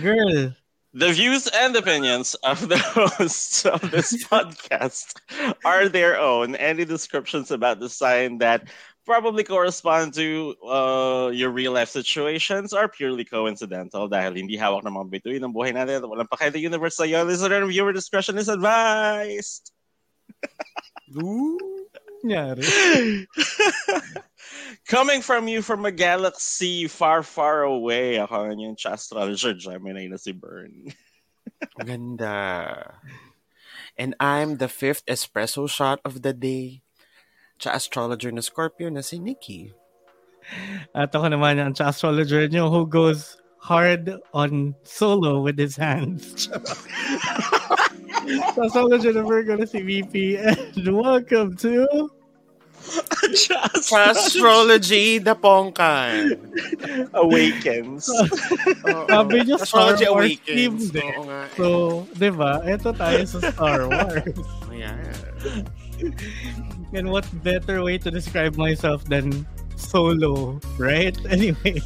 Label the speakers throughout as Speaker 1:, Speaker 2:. Speaker 1: Girl.
Speaker 2: The views and opinions of the hosts of this podcast are their own. Any descriptions about the sign that probably correspond to uh, your real life situations are purely coincidental dahil hindi hawak ng mga bituin ng buhay natin at walang pakita universe sa'yo. Listener and viewer discretion is advised.
Speaker 1: Ooh, nangyari.
Speaker 2: Coming from you from a galaxy far, far away, ako ang yung astrologer, Gemini na si Bern.
Speaker 3: Ang Ganda. And I'm the fifth espresso shot of the day. Cha astrologer na Scorpio na si Nikki.
Speaker 1: At ako naman ang astrologer nyo who goes hard on solo with his hands. Sa astrologer na Virgo na si VP and welcome to
Speaker 3: Cha astrology the pongkan.
Speaker 2: awakens.
Speaker 3: Oo.
Speaker 1: Sabi niyo, Star
Speaker 3: Astrology
Speaker 1: Wars
Speaker 3: awakens.
Speaker 1: themed eh.
Speaker 3: Oo nga. eh.
Speaker 1: So, di ba? Ito tayo sa Star Wars.
Speaker 3: Yeah.
Speaker 1: And what better way to describe myself than solo, right? Anyway,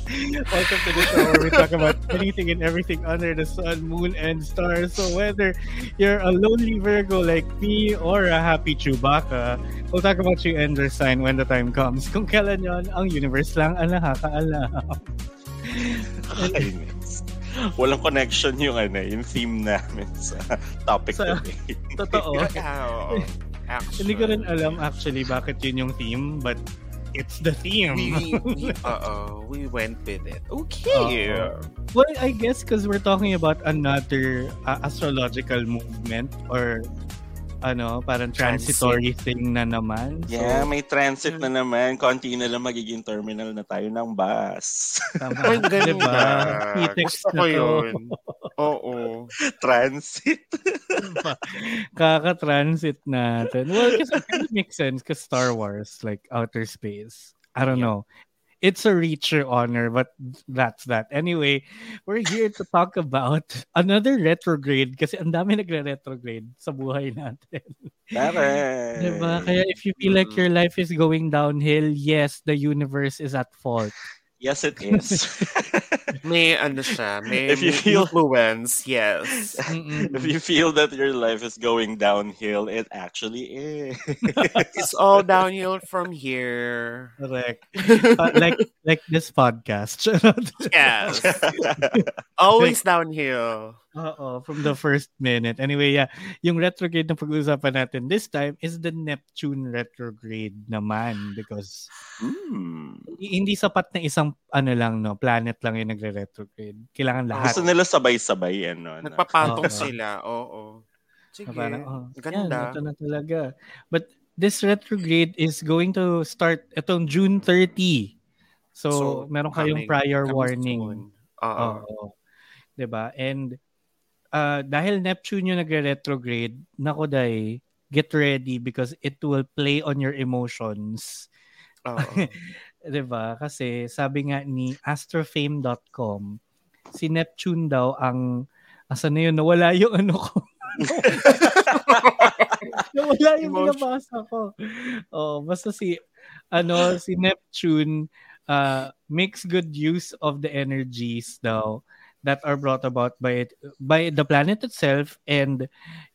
Speaker 1: welcome to the show where we talk about anything and everything under the sun, moon, and stars. So whether you're a lonely Virgo like me or a happy Chewbacca, we'll talk about you and your sign when the time comes. Kung kailan yon, ang universe lang ang nakakaalam.
Speaker 2: Kakainis. Walang connection yung ano, yung theme namin sa topic
Speaker 1: Sa-
Speaker 2: today.
Speaker 1: Totoo.
Speaker 3: Yeah, oo. Action.
Speaker 1: Hindi ko rin alam actually bakit yun yung theme, but it's the theme.
Speaker 3: We, we, uh-oh, we went with it. Okay.
Speaker 1: Oo. Well, I guess because we're talking about another uh, astrological movement or ano, parang
Speaker 3: Transit.
Speaker 1: transitory thing na naman. So,
Speaker 2: Yeah, may transit na naman. Konti na lang magiging terminal na tayo ng bus.
Speaker 1: tama.
Speaker 3: Ay,
Speaker 1: Oh,
Speaker 3: ganda.
Speaker 1: Diba? Pretext
Speaker 3: Gusto
Speaker 1: na
Speaker 3: ko
Speaker 1: to.
Speaker 3: yun. Oo.
Speaker 2: transit.
Speaker 1: Kaka-transit natin. Well, kasi it kind of makes sense because Star Wars, like outer space. I don't know. It's a reacher honor, but that's that. Anyway, we're here to talk about another retrograde kasi ang dami nagre-retrograde sa buhay natin.
Speaker 2: Tara.
Speaker 1: Diba? Kaya if you feel like your life is going downhill, yes, the universe is at fault.
Speaker 2: Yes, it is.
Speaker 3: May ano siya, may
Speaker 2: If you feel-
Speaker 3: influence, yes.
Speaker 1: Mm.
Speaker 2: if you feel that your life is going downhill, it actually is.
Speaker 3: It's all downhill from here.
Speaker 1: Correct. Uh, like like this podcast.
Speaker 3: Yes. Always downhill.
Speaker 1: Oo, from the first minute. Anyway, yeah, yung retrograde na pag-uusapan natin this time is the Neptune retrograde naman because
Speaker 2: Hmm.
Speaker 1: hindi sapat na isang ano lang no, planet lang yung nagre-retrograde.
Speaker 3: Oh,
Speaker 1: Kailangan lahat.
Speaker 2: Gusto nila sabay-sabay yan. No?
Speaker 3: Nagpapatong
Speaker 1: Oo.
Speaker 3: sila, oo.
Speaker 1: Na
Speaker 3: Sige.
Speaker 1: parang, oh,
Speaker 3: Ganda.
Speaker 1: Yan, ito na talaga. But this retrograde is going to start itong June 30. So, meron kayong
Speaker 3: coming-
Speaker 1: prior
Speaker 3: coming
Speaker 1: warning. Oh.
Speaker 3: soon.
Speaker 1: Oo.
Speaker 3: Oo.
Speaker 1: Diba? And uh, dahil Neptune yung nagre-retrograde, nako day, get ready because it will play on your emotions.
Speaker 3: Oo.
Speaker 1: 'Di ba? Kasi sabi nga ni astrofame.com, si Neptune daw ang asa na yun nawala yung ano ko. nawala yung
Speaker 3: Emotion.
Speaker 1: binabasa ko. Oh, basta si ano si Neptune uh, makes good use of the energies daw that are brought about by it by the planet itself and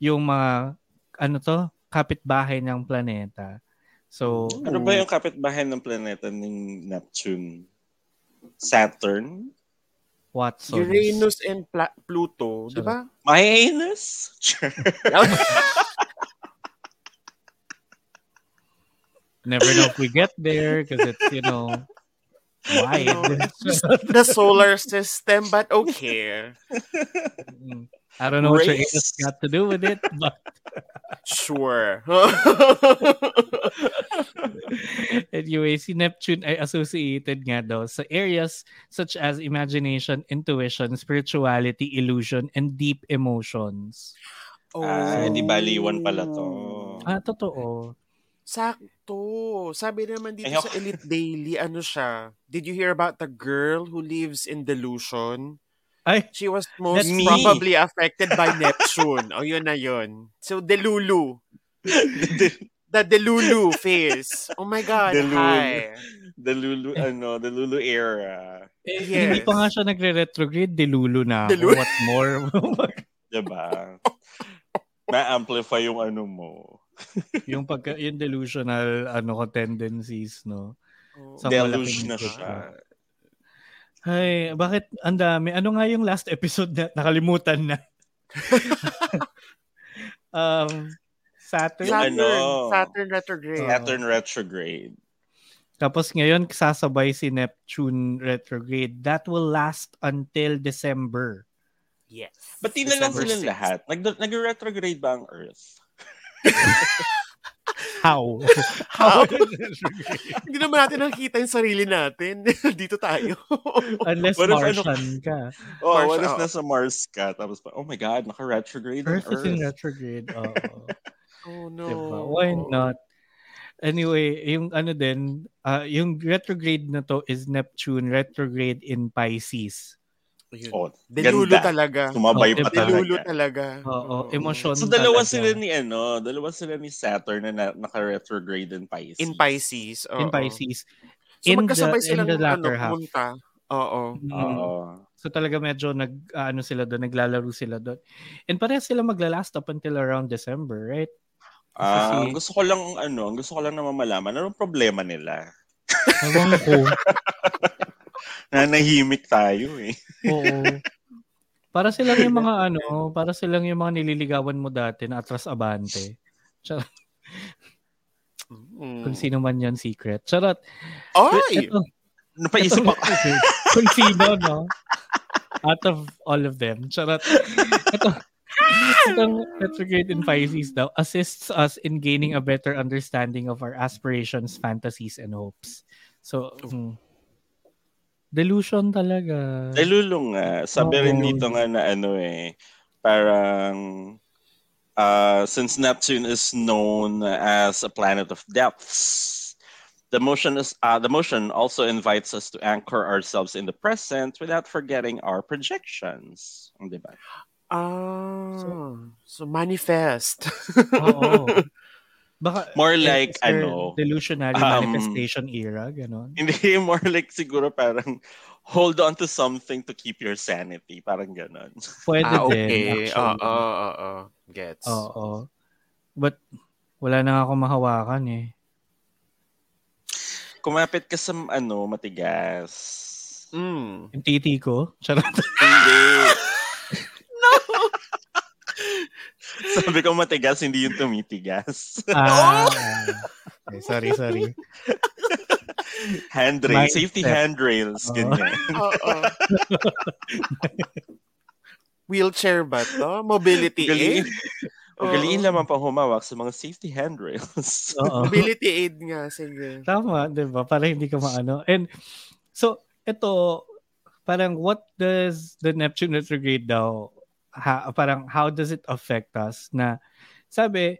Speaker 1: yung mga ano to kapitbahay ng planeta. So,
Speaker 2: Ano ba yung kapitbahay ng planeta ng Neptune? Saturn?
Speaker 1: Watson.
Speaker 3: Uranus and Pla- Pluto, di
Speaker 1: Sarap.
Speaker 3: ba?
Speaker 2: Minus?
Speaker 1: Never know if we get there because it's, you know,
Speaker 2: Ano
Speaker 1: wide.
Speaker 3: No, it's the solar system, but okay.
Speaker 1: I don't know what your
Speaker 2: Race.
Speaker 1: anus got to do with it, but
Speaker 3: Sure.
Speaker 1: anyway, si Neptune ay associated nga daw sa areas such as imagination, intuition, spirituality, illusion, and deep emotions.
Speaker 2: Ah, di bali, one pala to. Oh
Speaker 1: Ah, totoo.
Speaker 3: Sakto. Sabi naman dito
Speaker 2: Ayoko.
Speaker 3: sa Elite Daily, ano siya? Did you hear about the girl who lives in delusion?
Speaker 1: Ay,
Speaker 3: She was most
Speaker 1: That's me.
Speaker 3: probably Oh, affected by Neptune. o yun na yun. So, delulu. The Delulu phase. Oh my God,
Speaker 2: Delulu.
Speaker 3: hi.
Speaker 2: The Lulu, ano, the Lulu era.
Speaker 1: Eh,
Speaker 3: Yes.
Speaker 1: Hindi pa nga siya nagre-retrograde, dilulo na ako.
Speaker 3: Dilulo.
Speaker 1: What more?
Speaker 2: Diba? Na-amplify yung ano mo.
Speaker 1: yung pagka yung delusional ano ko tendencies, no. Sa- Ang
Speaker 2: Deluge
Speaker 1: malaking
Speaker 2: na
Speaker 1: impact
Speaker 2: siya.
Speaker 1: Ay, bakit ang dami? Ano nga yung last episode na nakalimutan na? um Saturn.
Speaker 3: Saturn,
Speaker 2: Ano?
Speaker 3: Saturn retrograde.
Speaker 1: Yeah.
Speaker 2: Saturn retrograde.
Speaker 1: Tapos ngayon sasabay si Neptune retrograde. That will last until December.
Speaker 3: Yes.
Speaker 2: Ba't di na lang
Speaker 3: December
Speaker 2: silang
Speaker 3: 6th.
Speaker 2: lahat? Nag- nag-retrograde ba ang Earth?
Speaker 1: How?
Speaker 3: How? Ah, Hindi naman natin nakikita yung sarili natin. Dito tayo.
Speaker 1: Unless
Speaker 2: What if ano-
Speaker 1: Martian ka.
Speaker 2: Oh,
Speaker 3: Mars-
Speaker 2: what if
Speaker 3: oo.
Speaker 2: nasa Mars ka? Tapos pa, oh my God, naka-retrograde ang
Speaker 1: Earth is in
Speaker 2: Earth.
Speaker 1: retrograde. Oo.
Speaker 3: oh no.
Speaker 1: Diba? Why not? Anyway, yung ano din, ah, yung retrograde na to is Neptune retrograde in Pisces.
Speaker 3: Ayun.
Speaker 2: Oh,
Speaker 3: Delulo
Speaker 2: ganda.
Speaker 3: talaga.
Speaker 2: Sumabay
Speaker 1: Oh,
Speaker 2: pa
Speaker 1: diba?
Speaker 3: Delulo
Speaker 2: talaga.
Speaker 3: talaga.
Speaker 1: Oo, emotion
Speaker 2: Mm. So dalawa
Speaker 1: talaga.
Speaker 2: sila ni ano, dalawa sila ni Saturn na, na- naka-retrograde in Pisces.
Speaker 3: In Pisces. oo.
Speaker 1: in Pisces.
Speaker 3: So
Speaker 1: In the-
Speaker 3: magkasabay
Speaker 1: in
Speaker 3: silang
Speaker 1: the
Speaker 3: ano,
Speaker 1: latter half.
Speaker 3: punta. Oo.
Speaker 1: Mm.
Speaker 2: Oo.
Speaker 1: So talaga medyo nag ah, ano sila doon, naglalaro sila doon. And parehas sila maglalast up until around December, right? Kasi-
Speaker 2: Ah, ang gusto ko lang ano, ang gusto ko lang naman malaman anong problema nila.
Speaker 1: Ewan ko.
Speaker 2: Nanahimik tayo eh.
Speaker 1: Oo. Para silang yung mga ano, para silang yung mga nililigawan mo dati na atras abante.
Speaker 3: Mm.
Speaker 1: Kung sino man yan, secret. Charot.
Speaker 3: Ay!
Speaker 1: Eto,
Speaker 2: Napaisip ako.
Speaker 1: Okay. Kung sino, no? Out of all of them. Charot. Ito. Itong retrograde in Pisces daw assists us in gaining a better understanding of our aspirations, fantasies, and hopes. So, mm, delusion talaga.
Speaker 2: Ay, Lulu Eh, nga. Sabi
Speaker 1: Oo.
Speaker 2: rin dito nga na ano eh, parang uh, since Neptune is known as a planet of depths, the motion is uh, the motion also invites us to anchor ourselves in the present without forgetting our projections. Di ba?
Speaker 3: Ah. So, manifest.
Speaker 1: Oo. Baka,
Speaker 2: More
Speaker 1: is
Speaker 2: like,
Speaker 1: there
Speaker 2: ano,
Speaker 1: Delusionary
Speaker 2: um,
Speaker 1: manifestation era, ganon.
Speaker 2: Hindi more like siguro parang hold on to something to keep your sanity. Parang ganon.
Speaker 1: Pwede
Speaker 3: ah,
Speaker 1: din.
Speaker 3: okay. Oo,
Speaker 1: actually.
Speaker 3: oo, oo. Gets.
Speaker 1: Oo. But, wala na nga akong mahawakan eh.
Speaker 2: Kumapit ka sa ano, matigas.
Speaker 3: Mm.
Speaker 1: Yung titi ko. Charot.
Speaker 2: Hindi. no! Sabi ko matigas, hindi yung tumitigas.
Speaker 1: Ah, okay, sorry, sorry.
Speaker 2: Handrail,
Speaker 1: My
Speaker 2: safety
Speaker 1: step.
Speaker 2: handrails,
Speaker 1: Oo.
Speaker 2: ganyan.
Speaker 3: Oo. Wheelchair ba to? Mobility aid?
Speaker 2: Ugaliin, ugaliin
Speaker 3: Oo.
Speaker 2: lamang pang humawak sa mga safety handrails.
Speaker 1: Oo.
Speaker 3: Mobility aid nga, sige.
Speaker 1: Tama, di ba? Para hindi ka maano. And so, ito, parang what does the Neptune retrograde daw, ha, parang how does it affect us na, sabi,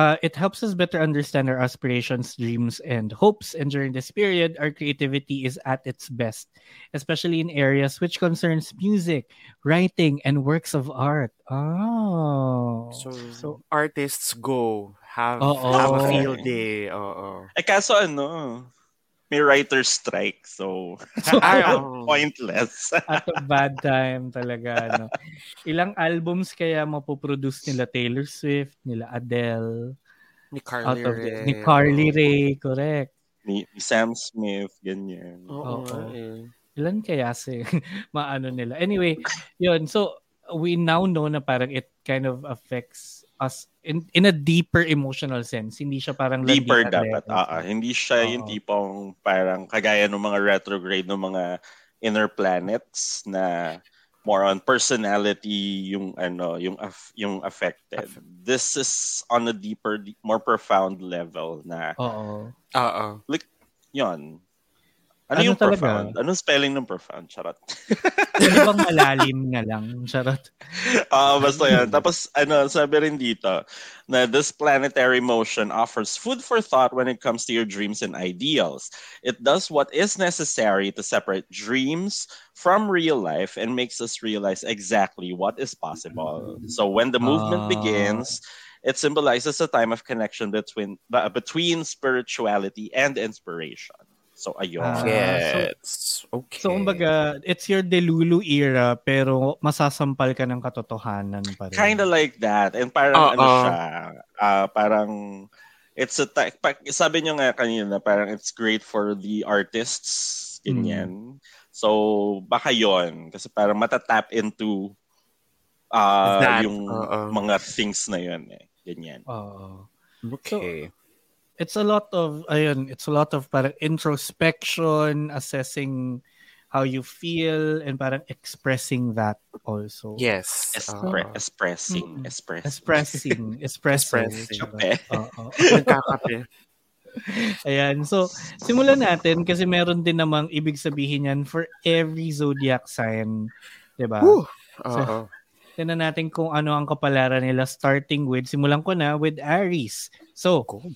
Speaker 1: uh, it helps us better understand our aspirations, dreams, and hopes. And during this period, our creativity is at its best, especially in areas which concerns music, writing, and works of art. Oh.
Speaker 3: So,
Speaker 1: So-
Speaker 3: artists go. Have,
Speaker 1: Oo.
Speaker 3: have a field day. Oo.
Speaker 2: eh kaso ano, may writer's strike, so
Speaker 3: Ay, oo.
Speaker 2: pointless.
Speaker 1: at a bad time talaga. No? Ilang albums kaya mapoproduce nila Taylor Swift, nila Adele,
Speaker 3: Ni
Speaker 1: out
Speaker 3: Carly
Speaker 1: of
Speaker 3: Rae.
Speaker 1: ni Carly Rae, correct.
Speaker 2: ni, ni Sam Smith, ganyan.
Speaker 3: Oo.
Speaker 1: Oo.
Speaker 3: eh.
Speaker 1: Ilan kaya si maano nila. Anyway, yun. So, we now know na parang it kind of affects us in, in a deeper emotional sense. Hindi siya parang
Speaker 2: Deeper
Speaker 1: landian
Speaker 2: dapat.
Speaker 1: level.
Speaker 2: Ah, ah. Hindi siya
Speaker 1: ano eh,
Speaker 2: yung
Speaker 1: Oo.
Speaker 2: tipong parang kagaya ng mga retrograde ng mga inner planets na more on personality yung ano yung af- yung affected. This is on a deeper de- more profound level na
Speaker 1: Oo.
Speaker 3: Oo.
Speaker 2: yon. Ano,
Speaker 1: Ano
Speaker 2: yung
Speaker 1: talaga?
Speaker 2: profound? Anong spelling ng profound? Charot.
Speaker 1: Hindi bang malalim na lang? Charot.
Speaker 2: Ah, basta yan. Tapos, ano, sabi rin dito, na this planetary motion offers food for thought when it comes to your dreams and ideals. It does what is necessary to separate dreams from real life and makes us realize exactly what is possible. So when the
Speaker 1: Ah.
Speaker 2: movement begins, It symbolizes a time of connection between ba- between spirituality and inspiration. So ayun.
Speaker 1: Ah,
Speaker 3: yes. okay.
Speaker 1: So, kumbaga, it's your Delulu era, pero masasampal ka ng katotohanan pa rin.
Speaker 2: Kind of like that. And parang
Speaker 3: Oo.
Speaker 2: ano siya, ah, parang it's a ta- pa- sabi niyo nga kanina parang it's great for the artists
Speaker 3: Mm.
Speaker 2: ganyan. So baka 'yon kasi parang matatap into ah,
Speaker 3: That, uh-uh.
Speaker 2: yung
Speaker 3: oo.
Speaker 2: mga things na 'yon eh. Ganyan.
Speaker 1: Oo.
Speaker 3: okay.
Speaker 1: it's a lot of ayun, it's a lot of parang introspection, assessing how you feel and parang expressing that also.
Speaker 3: yes. uh-huh.
Speaker 2: Espre-
Speaker 3: oo.
Speaker 2: expressing,
Speaker 1: Mm-mm.
Speaker 2: expressing.
Speaker 1: Expressing, expressing.
Speaker 3: Expressing.
Speaker 1: diba?
Speaker 3: eh.
Speaker 1: Oo.
Speaker 3: Nagkakape.
Speaker 1: Ayan. So, simulan natin kasi meron din namang ibig sabihin yan for every zodiac sign. diba? 'di ba?
Speaker 3: Woo! Oo.
Speaker 1: Tignan natin kung ano ang kapalaran nila starting with, simulan ko na, with Aries. So,
Speaker 3: Cool.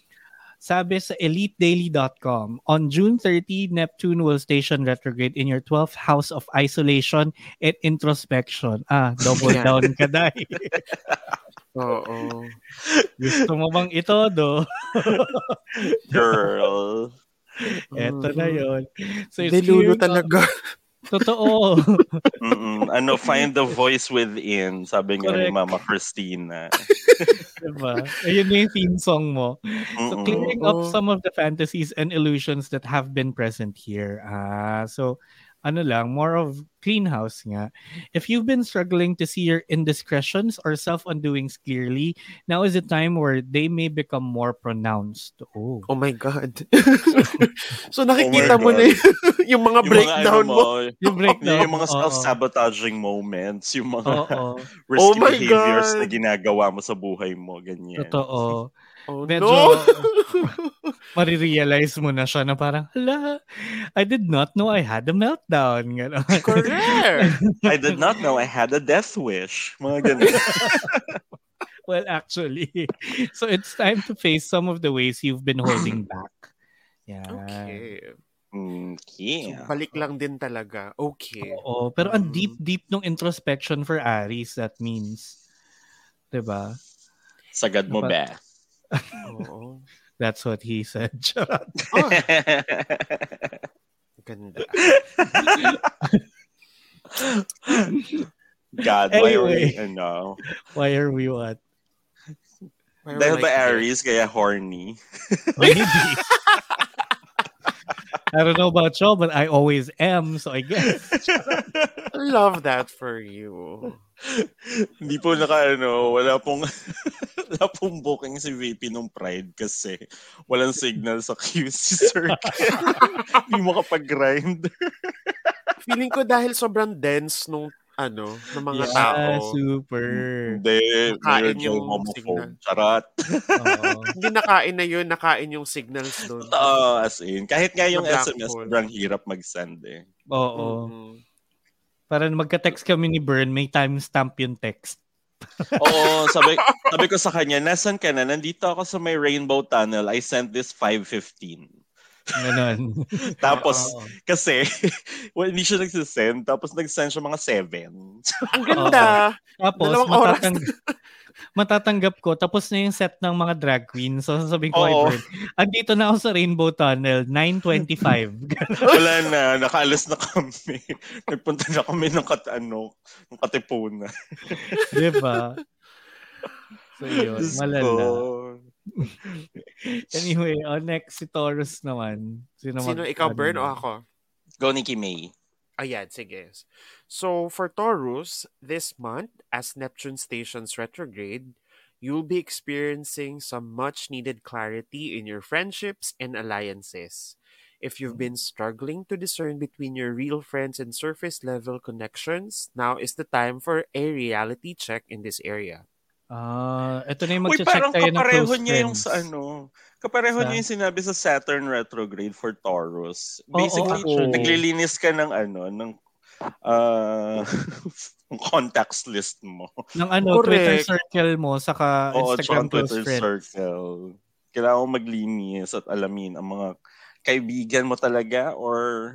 Speaker 1: sabi sa elitedaily.com, on June 30, Neptune will station retrograde in your 12th house of isolation and introspection. Ah, double
Speaker 3: Yeah.
Speaker 1: down ka dahil.
Speaker 3: Oo.
Speaker 1: Gusto mo bang ito, do?
Speaker 2: Girl.
Speaker 1: Ito na yon. So, it's
Speaker 3: Delulu
Speaker 1: clear-
Speaker 3: talaga.
Speaker 1: Totoo.
Speaker 2: Mm-mm. Ano, find the voice within, sabi nga ni
Speaker 1: Correct.
Speaker 2: Mama Christina.
Speaker 1: diba? Ayun na yung theme song mo. So
Speaker 2: Mm-mm.
Speaker 1: clearing up
Speaker 3: Oo.
Speaker 1: some of the fantasies and illusions that have been present here. Ah, so ano lang, more of clean house nga. If you've been struggling to see your indiscretions or self-undoings clearly, now is the time where they may become more pronounced. Oh.
Speaker 3: Oh my God. so
Speaker 2: Oh
Speaker 3: nakikita
Speaker 2: my
Speaker 3: mo
Speaker 2: God.
Speaker 3: na yung, yung
Speaker 2: Yung
Speaker 3: mga
Speaker 2: mga, ano
Speaker 3: breakdown mo.
Speaker 1: Yung breakdown.
Speaker 2: yung mga
Speaker 1: oo.
Speaker 2: self-sabotaging moments, yung mga
Speaker 1: Oo, oo.
Speaker 2: risky
Speaker 3: Oh my
Speaker 2: behaviors
Speaker 3: God.
Speaker 2: na ginagawa mo sa buhay mo, ganyan.
Speaker 1: Totoo.
Speaker 3: Oh
Speaker 1: Medyo- Marirealize mo na siya na parang, hala, I did not know I had a meltdown. Ganon.
Speaker 3: no! Correct!
Speaker 2: I did not know I had a death wish. Mga ganun.
Speaker 1: Well, actually. So it's time to face some of the ways you've been holding back. Yeah.
Speaker 3: okay.
Speaker 2: Mm,
Speaker 3: So,
Speaker 2: yeah.
Speaker 3: balik lang din talaga. Okay.
Speaker 1: Oo, pero ang
Speaker 3: Mm.
Speaker 1: deep deep nung introspection for Aries that means. 'Di ba?
Speaker 2: Sagad
Speaker 1: Diba?
Speaker 2: mo ba?
Speaker 3: Oo.
Speaker 1: That's what he said. Charot.
Speaker 3: Oh, ganda.
Speaker 2: God, why are we,
Speaker 1: Anyway.
Speaker 2: ano?
Speaker 1: Why are we what?
Speaker 3: Why
Speaker 2: Dahil
Speaker 3: were
Speaker 2: ba
Speaker 3: like that?
Speaker 2: Aries, kaya horny?
Speaker 1: Oh, Maybe. I don't know about you, but I always am, so I guess.
Speaker 3: I love that for you.
Speaker 2: Hindi po naka ano, wala pong wala pong booking si VP nung Pride kasi walang signal sa QC circuit. Hindi mo kapag-grind.
Speaker 3: Feeling ko dahil sobrang dense nung ano, ng
Speaker 2: Yeah,
Speaker 3: mga tao.
Speaker 1: Ah, super.
Speaker 2: Hindi,
Speaker 3: Nakain
Speaker 2: meron yung
Speaker 3: yung signal.
Speaker 2: homophobe. Charot.
Speaker 1: Oo.
Speaker 3: Hindi nakain na yun, nakain yung signals doon.
Speaker 2: Oo, as in. Kahit nga yung
Speaker 3: Sa black
Speaker 2: SMS,
Speaker 3: hole.
Speaker 2: sobrang hirap mag-send eh.
Speaker 1: Oo.
Speaker 3: Mm.
Speaker 1: Para magka-text kami ni Bern, may timestamp yung text.
Speaker 2: Oo, sabi, sabi ko sa kanya, nasan ka na? Nandito ako sa may Rainbow Tunnel. I sent this 5.15.
Speaker 1: Ganon.
Speaker 2: Tapos,
Speaker 1: Oo.
Speaker 2: kasi, well, hindi siya nagsisend. Tapos nagsend siya mga 7.
Speaker 3: Ang ganda.
Speaker 1: Tapos,
Speaker 3: Dalawang oras
Speaker 1: matatang... matatanggap ko, tapos na yung set ng mga drag queen. So, sasabihin ko,
Speaker 2: Oo.
Speaker 1: oh. andito na ako sa Rainbow Tunnel, 9.25.
Speaker 2: Wala na, nakaalis na kami. Nagpunta na kami ng kat ano, ng Katipunan.
Speaker 1: Di ba? So, yun.
Speaker 2: Diyos
Speaker 1: Malala.
Speaker 2: ko.
Speaker 1: Anyway, oh, next si Taurus naman. Sino,
Speaker 3: Sino
Speaker 1: mag-
Speaker 3: ikaw,
Speaker 1: ano?
Speaker 3: Bern, o ako?
Speaker 2: Go Nikki May.
Speaker 3: Ayan, sige. So, for Taurus, this month, as Neptune stations retrograde, you'll be experiencing some much needed clarity in your friendships and alliances. If you've been struggling to discern between your real friends and surface level connections, now is the time for a reality check in this area.
Speaker 1: Ah, ito na yung
Speaker 2: Uy,
Speaker 1: mag-check
Speaker 2: parang
Speaker 1: tayo ng
Speaker 2: kapareho
Speaker 1: close
Speaker 2: niya yung
Speaker 1: friends.
Speaker 2: sa ano. Kapareho
Speaker 1: Sa-
Speaker 2: niya yung sinabi sa Saturn retrograde for Taurus.
Speaker 1: Oo,
Speaker 2: Basically,
Speaker 3: actually.
Speaker 2: naglilinis ka ng ano, ng ah, ng contacts list mo.
Speaker 1: Ng ano,
Speaker 3: Correct.
Speaker 1: Twitter circle mo, saka
Speaker 2: Oo, tsaka
Speaker 1: Instagram
Speaker 2: ang
Speaker 1: close
Speaker 2: Twitter
Speaker 1: friends.
Speaker 2: circle. Kailangan mo maglinis at alamin ang mga kaibigan mo talaga or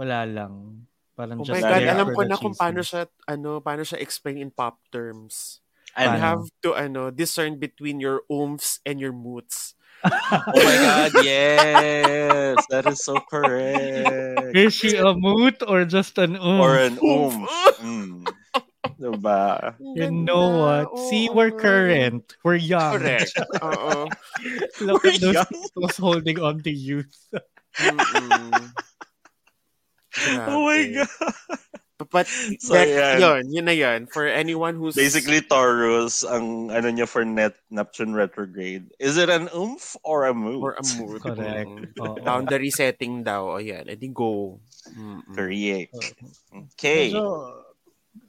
Speaker 1: Wala lang. Parang
Speaker 3: Oh
Speaker 1: just
Speaker 3: my God,
Speaker 1: there
Speaker 3: alam
Speaker 1: for
Speaker 3: ko
Speaker 1: the
Speaker 3: na kung
Speaker 1: chismis.
Speaker 3: paano siya, ano, paano siya explain in pop terms. You
Speaker 1: Paano?
Speaker 3: have to ano, discern between your oomphes and your moots.
Speaker 2: Oh my god, yes. That is so correct.
Speaker 1: Is she a moot or just an um?
Speaker 2: Or an
Speaker 3: Oof.
Speaker 2: oomph. Mm. Diba?
Speaker 1: you know what? See, we're current. We're young.
Speaker 3: Correct. Oo.
Speaker 1: Look
Speaker 2: We're
Speaker 1: at those
Speaker 2: young.
Speaker 1: people's holding on to youth.
Speaker 3: Mm-mm.
Speaker 2: Mm. Oh my
Speaker 3: Grabe.
Speaker 2: god.
Speaker 3: But
Speaker 2: So,
Speaker 3: that,
Speaker 2: ayan.
Speaker 3: yun, yun na yun. For anyone who's...
Speaker 2: Basically, Taurus, ang ano niya for net Neptune retrograde. Is it an oomph or a moot?
Speaker 3: Or a mood.
Speaker 1: Correct.
Speaker 3: Mm.
Speaker 1: Oo.
Speaker 3: Boundary setting daw. O yan. Edi go. Mm-mm.
Speaker 2: Correct. Okay.
Speaker 1: Oh. Medyo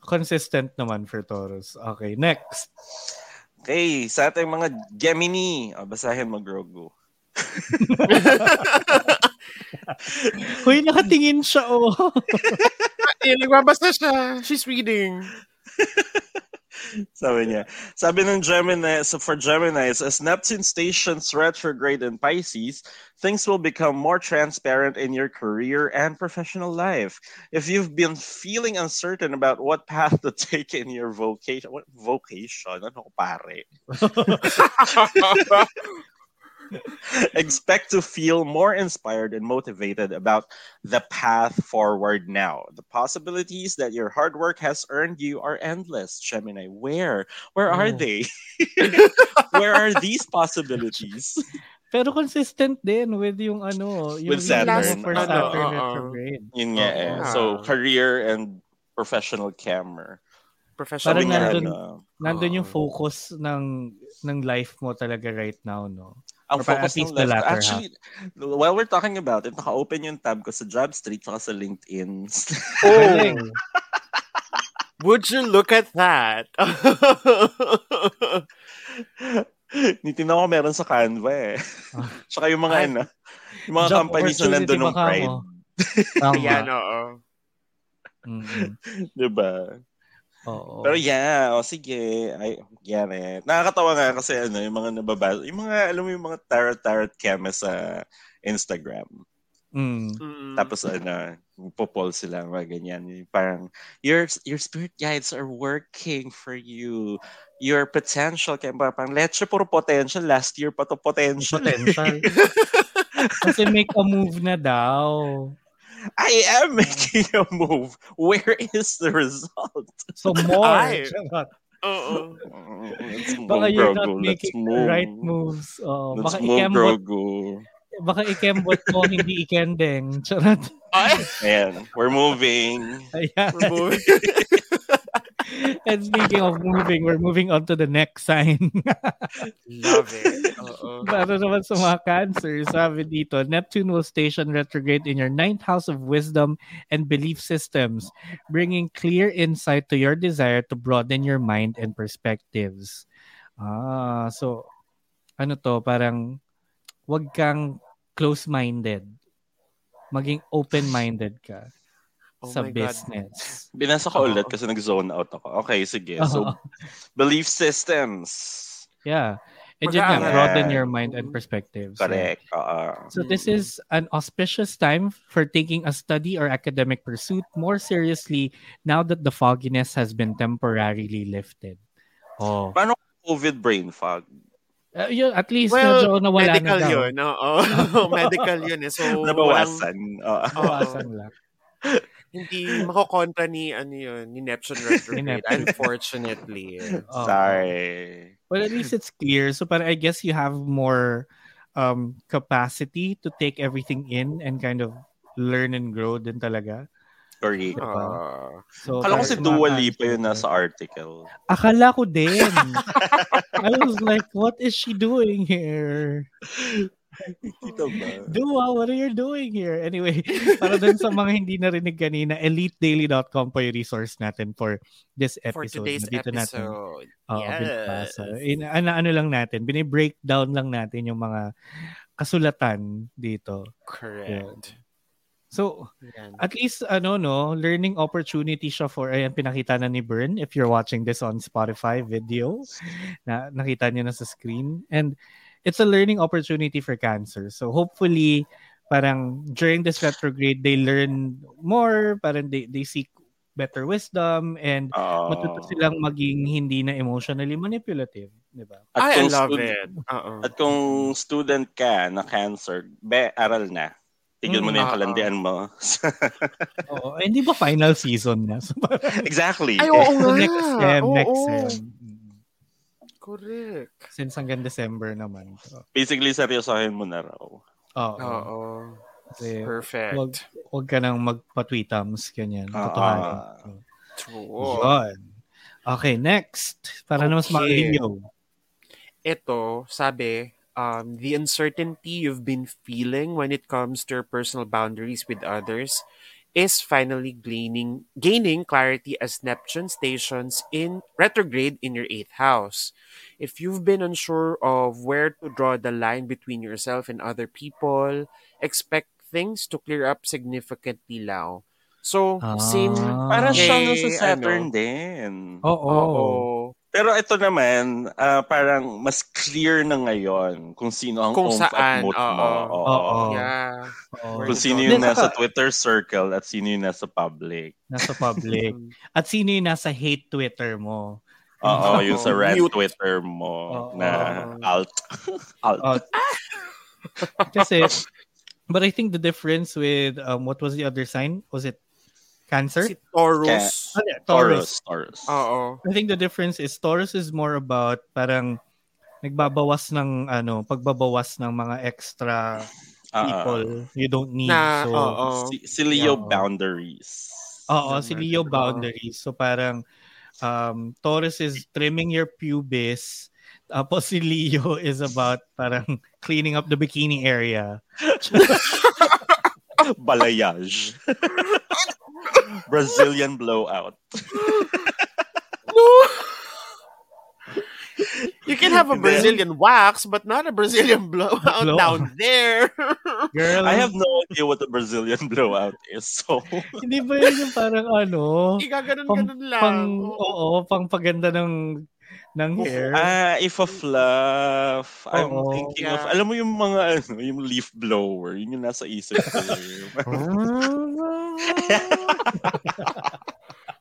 Speaker 1: consistent naman for Taurus. Okay, next.
Speaker 2: Okay, sa ating mga Gemini, oh, basahin mo, Grogu.
Speaker 1: Hoy, nakatingin siya, oh.
Speaker 3: Eh, nagbabasa siya. She's reading.
Speaker 2: Sabi niya. Sabi ng Gemini, so for Geminis, as Neptune stations retrograde in Pisces, things will become more transparent in your career and professional life. If you've been feeling uncertain about what path to take in your vocation, what vocation? Ano, pare? Expect to feel more inspired and motivated about the path forward now. The possibilities that your hard work has earned you are endless. Gemini, where? Where are
Speaker 1: Oh.
Speaker 2: they? where are these possibilities?
Speaker 1: Pero consistent din with yung ano, yung
Speaker 2: With
Speaker 1: reading
Speaker 2: Saturn.
Speaker 1: mo for
Speaker 2: Ano,
Speaker 1: Saturn
Speaker 3: oo.
Speaker 1: retrograde.
Speaker 2: Yun nga eh.
Speaker 3: Oo.
Speaker 1: Oh,
Speaker 2: So, career and professional camera.
Speaker 3: Professional.
Speaker 2: Sabi
Speaker 1: Parang
Speaker 2: nga,
Speaker 1: nandun-
Speaker 2: ano,
Speaker 1: Nandun yung
Speaker 3: Oo.
Speaker 1: focus ng ng life mo talaga right now, no?
Speaker 2: ang
Speaker 1: Or parang at
Speaker 2: focus
Speaker 1: least
Speaker 2: ng
Speaker 1: the
Speaker 2: left.
Speaker 1: latter half.
Speaker 2: Actually, while we're talking about it, naka-open yung tab ko sa Jobstreet at sa LinkedIn.
Speaker 3: Oh,
Speaker 1: Galing.
Speaker 3: would you look at that?
Speaker 2: Nitingnan ko meron sa Canva eh.
Speaker 1: Ah.
Speaker 2: Tsaka yung mga
Speaker 3: Ay,
Speaker 2: ano, yung mga
Speaker 1: job
Speaker 2: companies na
Speaker 1: opportunity
Speaker 2: nandun ng
Speaker 1: baka mo.
Speaker 2: Pride.
Speaker 1: Tama.
Speaker 3: Ayan, oo.
Speaker 1: Mm-mm.
Speaker 2: Diba?
Speaker 1: Oo.
Speaker 2: Pero yeah, o sige. Ay, get it. Nakakatawa nga kasi ano, yung mga nababasa, yung mga, alam mo yung mga tarot-tarot chemists sa Instagram.
Speaker 1: Mm.
Speaker 3: Mm-mm.
Speaker 2: Tapos ano, popol sila, mga ganyan. Yung Parang, your, your spirit guides are working for you. Your potential, kaya parang, parang leche puro potential. Last year pa to potential. eh.
Speaker 1: Potential. Kasi make a move na daw.
Speaker 2: I am making a move. Where is the result?
Speaker 1: So more.
Speaker 3: Ay.
Speaker 1: Charot.
Speaker 3: Oo.
Speaker 2: Let's move,
Speaker 1: Baka you're not
Speaker 2: Grogu. Let's
Speaker 1: making the
Speaker 2: move.
Speaker 1: right moves. Oh,
Speaker 2: Let's
Speaker 1: baka
Speaker 2: move,
Speaker 1: ikembot,
Speaker 2: Grogu.
Speaker 1: baka ikembot mo, hindi ikendeng. Charot.
Speaker 3: Ay,
Speaker 2: Ayan, we're moving.
Speaker 1: Ayan.
Speaker 3: we're moving.
Speaker 1: And speaking of moving, we're moving on to the next sign.
Speaker 3: Love it. Oo.
Speaker 1: Para Diba? naman sa mga cancer, sabi dito, Neptune will station retrograde in your ninth house of wisdom and belief systems, bringing clear insight to your desire to broaden your mind and perspectives. Ah, so, ano to, parang wag kang close-minded. Maging open-minded ka
Speaker 3: Oh
Speaker 1: sa
Speaker 3: my God.
Speaker 1: business.
Speaker 2: Binasa ko ulit
Speaker 1: Uh-huh.
Speaker 3: Oo.
Speaker 2: kasi nag-zone out ako. Okay, sige.
Speaker 1: Oo.
Speaker 2: So, belief systems.
Speaker 1: yeah. And yun nga,
Speaker 2: Mag-aaral.
Speaker 1: broaden your mind and perspectives. yeah.
Speaker 2: Correct. Uh-uh. oo.
Speaker 1: So this is an auspicious time for taking a study or academic pursuit more seriously now that the fogginess has been temporarily lifted. Oh.
Speaker 2: COVID brain fog.
Speaker 1: Uh, yun, at least medyo
Speaker 3: Well,
Speaker 1: nawala
Speaker 3: Medical
Speaker 1: na daw.
Speaker 3: yun. Oo. Medical yun
Speaker 1: Oh,
Speaker 3: eh. So, walang-
Speaker 2: Nabawasan. Uh-uh. oo.
Speaker 1: Bawasan lang.
Speaker 3: hindi makakontra ni, ano yun, ni Neptune retrograde.
Speaker 1: Neptune.
Speaker 3: Unfortunately.
Speaker 1: Oo.
Speaker 2: Sorry.
Speaker 1: Well, at least it's clear. So parang I guess you have more um, capacity to take everything in and kind of learn and grow din talaga.
Speaker 2: Correct.
Speaker 1: Diba?
Speaker 3: Ah.
Speaker 1: So,
Speaker 2: Akala ko
Speaker 1: parang sa Uh-huh.
Speaker 2: si
Speaker 1: mga
Speaker 2: Dua Lipa
Speaker 1: cancer-
Speaker 2: yun nasa article.
Speaker 1: Akala ko din. I was like, what is she doing here?
Speaker 2: Kita ba?
Speaker 1: Dua, what are you doing here? Anyway, para dun sa mga hindi narinig kanina, elitedaily.com po yung resource natin for this
Speaker 3: for
Speaker 1: episode.
Speaker 3: today's
Speaker 1: Nandito natin,
Speaker 3: episode.
Speaker 1: oo,
Speaker 3: yes.
Speaker 1: binabasa. In, ano, ano lang natin, binibreakdown lang natin yung mga kasulatan dito.
Speaker 3: Correct.
Speaker 1: So,
Speaker 3: Yan.
Speaker 1: at least, ano, no, learning opportunity siya for, ayan, pinakita na ni Bern, if you're watching this on Spotify video, na, nakita niyo na sa screen. And it's a learning opportunity for cancer. So, hopefully, parang during this retrograde, they learn more, parang they, they seek better wisdom and
Speaker 2: Uh,
Speaker 1: matuto silang maging hindi na emotionally manipulative, di ba?
Speaker 2: At
Speaker 3: I
Speaker 2: kung
Speaker 3: love
Speaker 2: stud-
Speaker 3: it. Oo.
Speaker 2: At kung student ka na cancer, be, aral na. Tigil mo na yung
Speaker 3: Mm,
Speaker 2: kalandian mo.
Speaker 1: Oo, eh, hindi ba final season na? So, parang-
Speaker 2: exactly.
Speaker 3: Ay, oo nga.
Speaker 1: next sem,
Speaker 3: Oo,
Speaker 1: next
Speaker 3: oo.
Speaker 1: sem. Mm.
Speaker 3: Correct.
Speaker 1: Since hanggang December naman. So,
Speaker 2: Basically, seryosohin mo na raw.
Speaker 1: oo.
Speaker 3: Oo.
Speaker 1: Kasi
Speaker 3: Perfect.
Speaker 1: wag, wag ka nang magpatweetams, ganyan.
Speaker 2: Oo.
Speaker 3: Ah,
Speaker 1: Katuhanan.
Speaker 3: True.
Speaker 1: Yun. Okay, next. Para na mas
Speaker 3: Okay.
Speaker 1: makaliliw.
Speaker 3: ito, sabi, um, the uncertainty you've been feeling when it comes to your personal boundaries with others is finally gaining gaining clarity as Neptune stations in retrograde in your eighth house. If you've been unsure of where to draw the line between yourself and other people, expect things to clear up significantly now. So, same
Speaker 1: Ah.
Speaker 2: Para siyang
Speaker 3: kay,
Speaker 2: nasa Saturn
Speaker 3: ano,
Speaker 2: din.
Speaker 1: Oo.
Speaker 3: oo.
Speaker 2: Pero ito naman, ah, parang mas clear na ngayon kung sino ang
Speaker 3: Kung
Speaker 2: oomph at
Speaker 3: saan,
Speaker 2: mood
Speaker 3: oo.
Speaker 2: mo. Oo.
Speaker 1: Oo.
Speaker 3: Yeah.
Speaker 1: Oo.
Speaker 2: Kung sino yung
Speaker 1: Then,
Speaker 2: nasa
Speaker 1: saka-
Speaker 2: Twitter circle at sino yung nasa public.
Speaker 1: Nasa public.
Speaker 3: Mm.
Speaker 1: At sino yung nasa hate Twitter mo?
Speaker 2: Oo,
Speaker 3: Oo.
Speaker 2: yung sa red
Speaker 3: Mute.
Speaker 2: Twitter mo
Speaker 1: Oo.
Speaker 2: na alt. alt.
Speaker 1: Oh. Kasi, but I think the difference with, um, what was the other sign? Was it Cancer?
Speaker 3: Si Taurus.
Speaker 1: Ah, yeah, Taurus.
Speaker 2: Taurus. Taurus.
Speaker 3: Oo.
Speaker 1: I think the difference is Taurus is more about parang nagbabawas ng ano, pagbabawas ng mga extra
Speaker 2: Ah, ah.
Speaker 1: people you don't need.
Speaker 3: Na,
Speaker 1: so,
Speaker 3: oo.
Speaker 2: Si, si Leo
Speaker 1: Uh-huh. Yeah.
Speaker 2: boundaries.
Speaker 1: Oo,
Speaker 3: Tama,
Speaker 1: si Leo
Speaker 3: diba?
Speaker 1: boundaries. So parang um, Taurus is trimming your pubis. Tapos si Leo is about parang cleaning up the bikini area.
Speaker 2: Balayage. Brazilian blowout.
Speaker 3: No! You can have a
Speaker 2: Then-
Speaker 3: Brazilian wax, but not a Brazilian blowout
Speaker 1: Blowout.
Speaker 3: down there.
Speaker 1: Girl,
Speaker 2: I have no idea what the Brazilian blowout is. So,
Speaker 1: hindi ba yun yung parang ano?
Speaker 3: Igaganon-ganon lang.
Speaker 1: Pang, oh.
Speaker 3: Oo.
Speaker 1: oo, pang paganda ng ng hair.
Speaker 2: ah, if a fluff, I'm
Speaker 1: Oo.
Speaker 2: thinking of,
Speaker 3: Yeah.
Speaker 2: alam mo yung mga, ano, yung leaf blower, yun yung nasa isip ko. eh.
Speaker 1: Ah.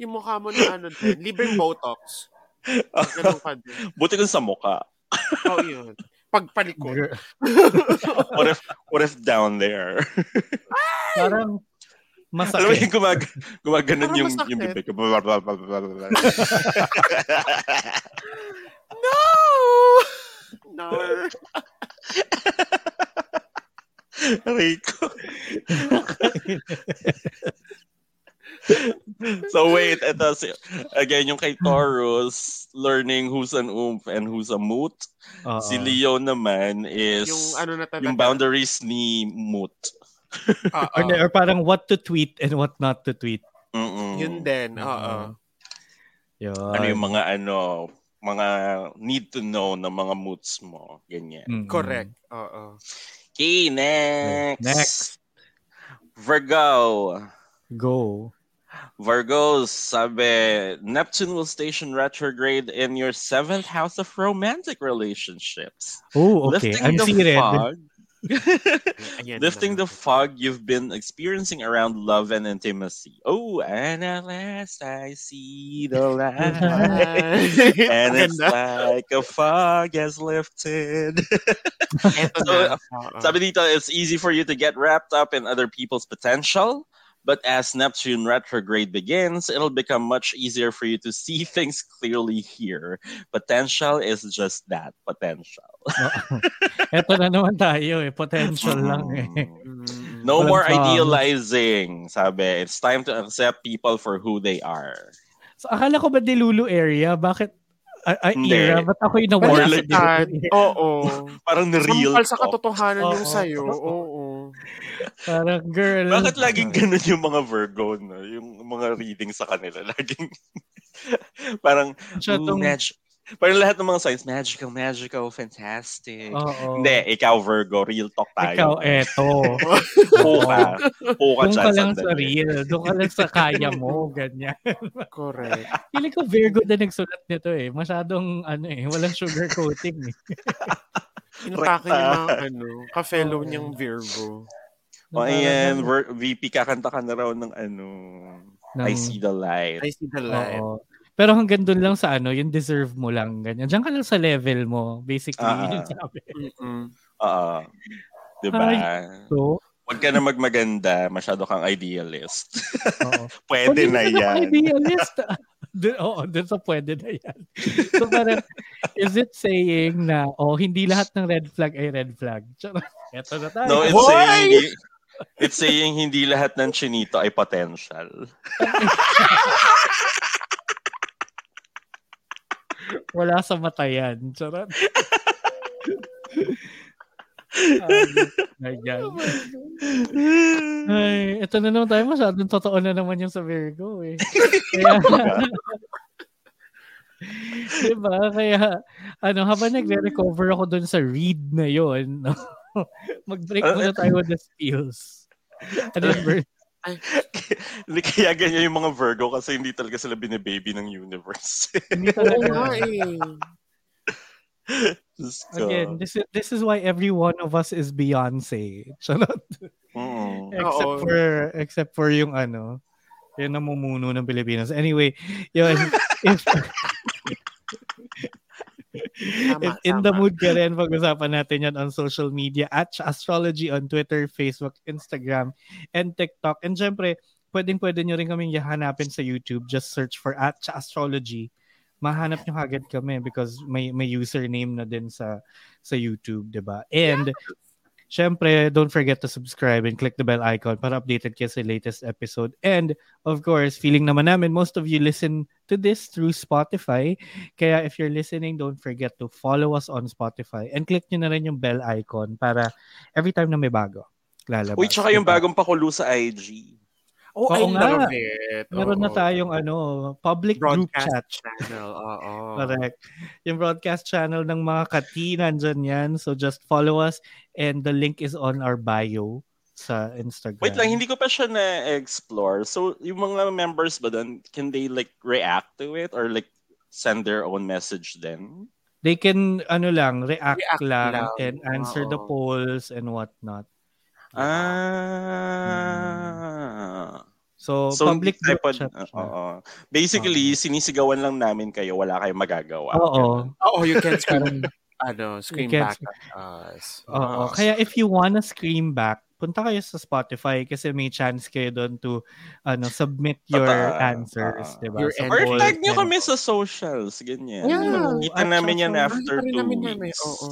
Speaker 3: Yung mukha mo na ano din. Libreng Botox. Ganun ka din.
Speaker 2: Buti kung sa mukha.
Speaker 3: Oo, yun. Pagpalikod.
Speaker 1: Girl,
Speaker 2: What if, what if down there?
Speaker 1: parang
Speaker 2: Alam mo
Speaker 1: masakit.
Speaker 2: yung gumag gumaganon
Speaker 3: Parang
Speaker 2: yung,
Speaker 3: masakit.
Speaker 2: yung bibig ko.
Speaker 3: no! No.
Speaker 2: Rico. so wait, ito si, again yung kay Taurus learning who's an oomph and who's a moot.
Speaker 1: Oo.
Speaker 2: Si Leo naman is
Speaker 3: Yung
Speaker 2: yung,
Speaker 3: ano na talaga.
Speaker 2: boundaries ni moot.
Speaker 3: Oo.
Speaker 1: Or, or parang what to tweet and what not to tweet.
Speaker 2: Mm-mm.
Speaker 3: Yun din.
Speaker 1: Ano?
Speaker 3: Oo.
Speaker 1: Yun.
Speaker 2: Ano yung mga ano, mga need to know ng mga moots mo. Ganyan.
Speaker 1: Mm-mm.
Speaker 3: Correct. Oo.
Speaker 2: Okay,
Speaker 1: Okay,
Speaker 2: next.
Speaker 1: Next.
Speaker 2: Virgo.
Speaker 1: Go.
Speaker 2: Virgos, sabi, Neptune will station retrograde in your seventh house of romantic relationships.
Speaker 1: Oh, okay. I'm seeing red.
Speaker 2: fog,
Speaker 3: Ayan
Speaker 2: lifting
Speaker 3: naman.
Speaker 2: the fog you've been experiencing around love and intimacy. Oh, and at last I see the light. and it's
Speaker 3: Ganda.
Speaker 2: like a fog has lifted.
Speaker 3: Eto
Speaker 2: So,
Speaker 3: na. Oo.
Speaker 2: Sabi dito, it's easy for you to get wrapped up in other people's potential. But as Neptune retrograde begins, it'll become much easier for you to see things clearly here. Potential is just that potential.
Speaker 1: Eto na naman tayo eh. Potential lang
Speaker 2: Mm-hmm.
Speaker 1: eh.
Speaker 3: Mm.
Speaker 2: No
Speaker 1: Walang
Speaker 2: more
Speaker 1: promise.
Speaker 2: idealizing, sabi. It's time to accept people for who they are.
Speaker 1: So, akala ko ba Dilulu area? Bakit? Ay, ay,
Speaker 2: Hindi.
Speaker 1: era? Ba't ako yung nawala
Speaker 2: More
Speaker 1: sa
Speaker 2: like-
Speaker 1: Dilulu
Speaker 3: Baliktad.
Speaker 1: area?
Speaker 3: Oo.
Speaker 2: Parang real
Speaker 3: Sampal sa
Speaker 2: talk.
Speaker 3: katotohanan yung
Speaker 1: Oo.
Speaker 3: sa'yo.
Speaker 1: Oo.
Speaker 3: Oo.
Speaker 1: Parang, girl.
Speaker 2: Bakit laging ganun yung mga Virgo, no? Yung mga reading sa kanila, laging parang
Speaker 1: Siya
Speaker 2: "Ooh,
Speaker 1: tong...
Speaker 2: magi- Parang lahat ng mga signs, magical, magical, fantastic.
Speaker 1: Oo.
Speaker 2: Hindi, ikaw Virgo, real talk
Speaker 1: Oh. Ikaw, eh. eto.
Speaker 2: tayo. po ka. Po ka
Speaker 1: Doon
Speaker 2: dyan,
Speaker 1: ka lang sa
Speaker 2: sandali. Oh,
Speaker 1: real. Doon ka lang sa kaya mo. Ganyan.
Speaker 3: Correct.
Speaker 1: Feeling ko Virgo na nagsulat nito eh. Masyadong ano eh. Walang sugar coating eh.
Speaker 3: Inatake niya
Speaker 2: Rekta.
Speaker 3: mga ano, kafellow
Speaker 1: Oo.
Speaker 3: niyang Virgo.
Speaker 2: O Oh, ayan, we're- VP, kakanta ka na raw ng ano, I see the light.
Speaker 3: I see the
Speaker 2: eh.
Speaker 3: light.
Speaker 1: Oo. Pero hanggang doon lang sa ano, yung deserve mo lang. Ganyan. Diyan ka lang sa level mo, basically.
Speaker 2: Ah.
Speaker 1: yun sabi.
Speaker 3: Mm-mm.
Speaker 2: Oo. Diba?
Speaker 1: Ay. So,
Speaker 2: Huwag ka na magmaganda, masyado kang idealist.
Speaker 1: oo.
Speaker 2: Pwede
Speaker 1: Hindi
Speaker 2: na
Speaker 1: ako
Speaker 2: yan.
Speaker 1: Idealist. Dun- Oo, dun sa pwede na yan. So parang, is it saying na, oh, hindi lahat ng red flag ay red flag? Charot. Eto na tayo.
Speaker 2: No, it's
Speaker 3: Hoy!
Speaker 2: saying it's saying hindi lahat ng chinito ay potential.
Speaker 1: Wala sa mata yan. Charot. um, my God. Ay, ito na naman tayo masyadong totoo na naman yung sa Virgo eh. Kaya, diba? Kaya, ano, habang nagre-recover ako dun sa read na yon mag-break muna tayo with the spills. Ano yung verse?
Speaker 2: Hindi kaya ganyan yung mga Virgo kasi hindi talaga sila binibaby ng universe.
Speaker 1: Hindi
Speaker 3: Oo nga
Speaker 1: talaga.
Speaker 3: eh.
Speaker 2: Just go.
Speaker 1: Again, this is, this is why every one of us is Beyonce. Charot.
Speaker 2: Mm.
Speaker 1: Except
Speaker 3: Oo.
Speaker 1: for, except for yung ano, yung namumuno ng Pilipinas. Anyway, yun, if,
Speaker 3: Tama,
Speaker 1: If in the
Speaker 3: tama.
Speaker 1: mood ka rin, pag-usapan natin yan on social media at sa astrology on Twitter, Facebook, Instagram, and TikTok. And syempre, pwedeng-pwede nyo rin kaming hanapin sa YouTube. Just search for at sa astrology. Mahanap nyo agad kami because may, may username na din sa, sa YouTube, di ba? And Siyempre, don't forget to subscribe and click the bell icon para updated kayo sa latest episode. And, of course, feeling naman namin, most of you listen to this through Spotify. Kaya if you're listening, don't forget to follow us on Spotify and click nyo na rin yung bell icon para every time na may bago, lalabas.
Speaker 2: Uy, tsaka yung
Speaker 1: Diba?
Speaker 2: bagong pakulo sa IG.
Speaker 3: Oh,
Speaker 1: Oo
Speaker 3: I
Speaker 1: nga.
Speaker 3: love it.
Speaker 1: Meron na
Speaker 3: Oo.
Speaker 1: tayong ano, public group chat.
Speaker 3: broadcast channel. Oo.
Speaker 1: Correct. Yung broadcast channel ng mga kati, nandyan yan. So just follow us and the link is on our bio sa Instagram.
Speaker 2: Wait lang, hindi ko pa siya na-explore. So, yung mga members ba doon, can they like react to it or like send their own message then?
Speaker 1: they can ano lang react,
Speaker 3: React
Speaker 1: lang,
Speaker 3: lang.
Speaker 1: and answer the
Speaker 3: Oo.
Speaker 1: polls and whatnot.
Speaker 2: Ah.
Speaker 1: So,
Speaker 2: So,
Speaker 1: Mm. public
Speaker 2: hindi tayo uh,
Speaker 1: group
Speaker 2: pwede-
Speaker 1: chat.
Speaker 2: Oo.
Speaker 1: siya. Ah.
Speaker 2: Basically, sinisigawan lang namin kayo. Wala kayong magagawa.
Speaker 1: Oo.
Speaker 3: Oo, you can scream, ano, scream
Speaker 1: can
Speaker 3: back at us.
Speaker 1: Oo. Kaya if you wanna scream back, punta kayo sa Spotify kasi may chance kayo doon to ano submit your
Speaker 2: Totoo.
Speaker 1: answers,
Speaker 2: Oo.
Speaker 1: 'di ba?
Speaker 3: Your
Speaker 1: Sa
Speaker 2: Or
Speaker 1: poll
Speaker 3: Well,
Speaker 2: tag nyo
Speaker 1: and-
Speaker 2: kami sa socials. Ganyan.
Speaker 3: Yeah.
Speaker 2: Makikita
Speaker 1: At
Speaker 2: namin yan
Speaker 1: saka-
Speaker 2: after
Speaker 3: Makikita rin
Speaker 2: two
Speaker 3: namin yan, eh.
Speaker 2: weeks.
Speaker 3: Oo.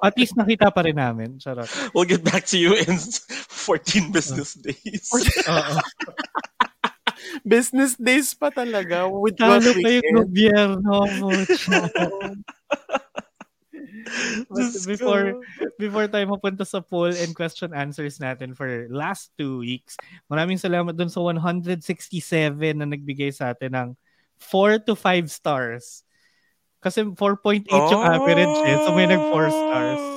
Speaker 1: Oh, at least nakita pa rin namin. Charot.
Speaker 2: We'll get back to you in 14 business days.
Speaker 1: Oo.
Speaker 3: Business days pa talaga. With one
Speaker 1: Talo pa yung
Speaker 3: weekend.
Speaker 1: gobyerno mo. But
Speaker 2: Diyos ko.
Speaker 1: before before tayo mapunta sa poll and question answers natin for last two weeks, maraming salamat dun sa 167 na nagbigay sa atin ng 4 to 5 stars. Kasi 4.8 yung average eh. So may nag 4 stars.
Speaker 2: Oh.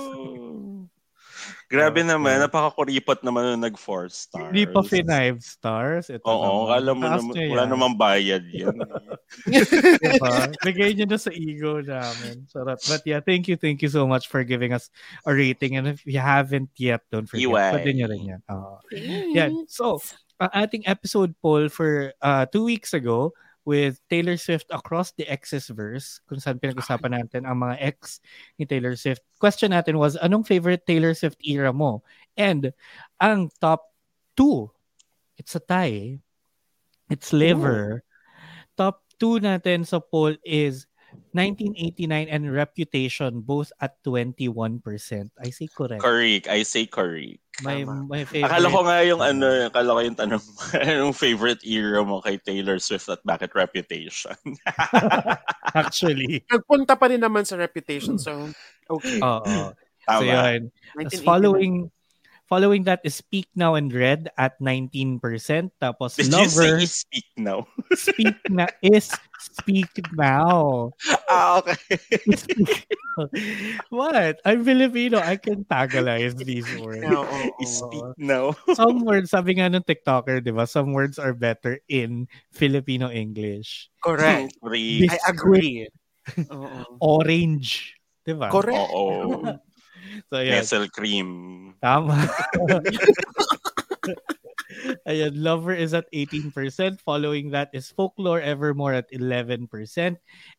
Speaker 2: Grabe
Speaker 1: Okay.
Speaker 2: naman, napakakuripot naman nung nag 4 stars.
Speaker 1: Hindi pa 5 stars. Ito
Speaker 2: Oo, alam mo
Speaker 1: Taas
Speaker 2: naman,
Speaker 1: nyo
Speaker 2: wala
Speaker 1: yan.
Speaker 2: namang bayad yan.
Speaker 1: Diba? Bigay nyo na sa ego namin. Sarap. But yeah, thank you, thank you so much for giving us a rating. And if you haven't yet, don't forget.
Speaker 2: Iway.
Speaker 1: Pwede nyo rin yan. Oo. Yan.
Speaker 3: Mm-hmm.
Speaker 1: So, ang ating episode poll for uh, two weeks ago with Taylor Swift across the X's verse, kung saan pinag-usapan natin ang mga X ni Taylor Swift. Question natin was, anong favorite Taylor Swift era mo? And ang top two, it's a tie. eh. It's Liver. Top two natin sa poll is 1989 and Reputation, both at 21%. I say correct.
Speaker 2: Correct, I say correct.
Speaker 1: My,
Speaker 3: Tama.
Speaker 1: my favorite.
Speaker 2: Akala ko nga yung ano, akala ko yung tanong, anong favorite era mo kay Taylor Swift at bakit reputation?
Speaker 1: Actually.
Speaker 3: Nagpunta pa rin naman sa reputation. So, okay.
Speaker 1: Oo. So
Speaker 2: Tama.
Speaker 1: yun. Tapos
Speaker 3: 1989.
Speaker 1: following following that is Speak Now and Red at 19%. Tapos
Speaker 2: Did you say
Speaker 1: Lover,
Speaker 2: speak now?
Speaker 1: Speak Na is Speak Now.
Speaker 2: ah, okay.
Speaker 1: what? I'm Filipino. I can tagalize these words.
Speaker 3: Yeah, oo, oo.
Speaker 2: Speak now.
Speaker 1: Some words, sabi nga nung TikToker, di ba? Some words are better in Filipino English.
Speaker 3: Correct.
Speaker 2: Correct.
Speaker 3: I agree. Oo.
Speaker 1: Orange, di ba?
Speaker 3: Correct.
Speaker 2: Oo.
Speaker 1: So, yeah.
Speaker 2: Nestle cream.
Speaker 1: Tama. Ayan, Lover is at 18%. Following that is Folklore Evermore at 11%.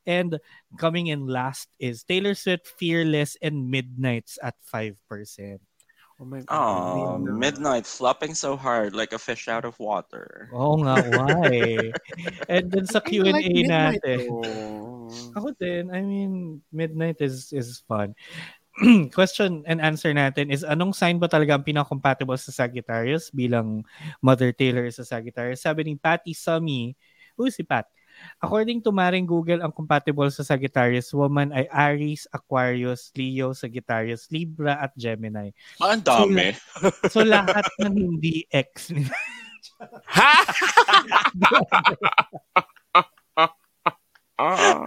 Speaker 1: And coming in last is Taylor Swift, Fearless, and Midnights at 5%.
Speaker 3: Oh my
Speaker 2: Oh,
Speaker 3: God.
Speaker 2: midnight flopping so hard like a fish out of water.
Speaker 1: Oo nga, why? and then sa Q&A natin.
Speaker 3: Oh.
Speaker 1: Ako din, I mean, midnight is is fun. Question and answer natin is anong sign ba talaga ang pinaka-compatible sa Sagittarius bilang Mother Taylor sa Sagittarius? Sabi ni Patty Sami, who si Pat? According to Maring Google, ang compatible sa Sagittarius woman ay Aries, Aquarius, Leo, Sagittarius, Libra, at Gemini.
Speaker 2: Ah, Ang dami.
Speaker 1: So lahat ng hindi X.
Speaker 3: Ha? Ah.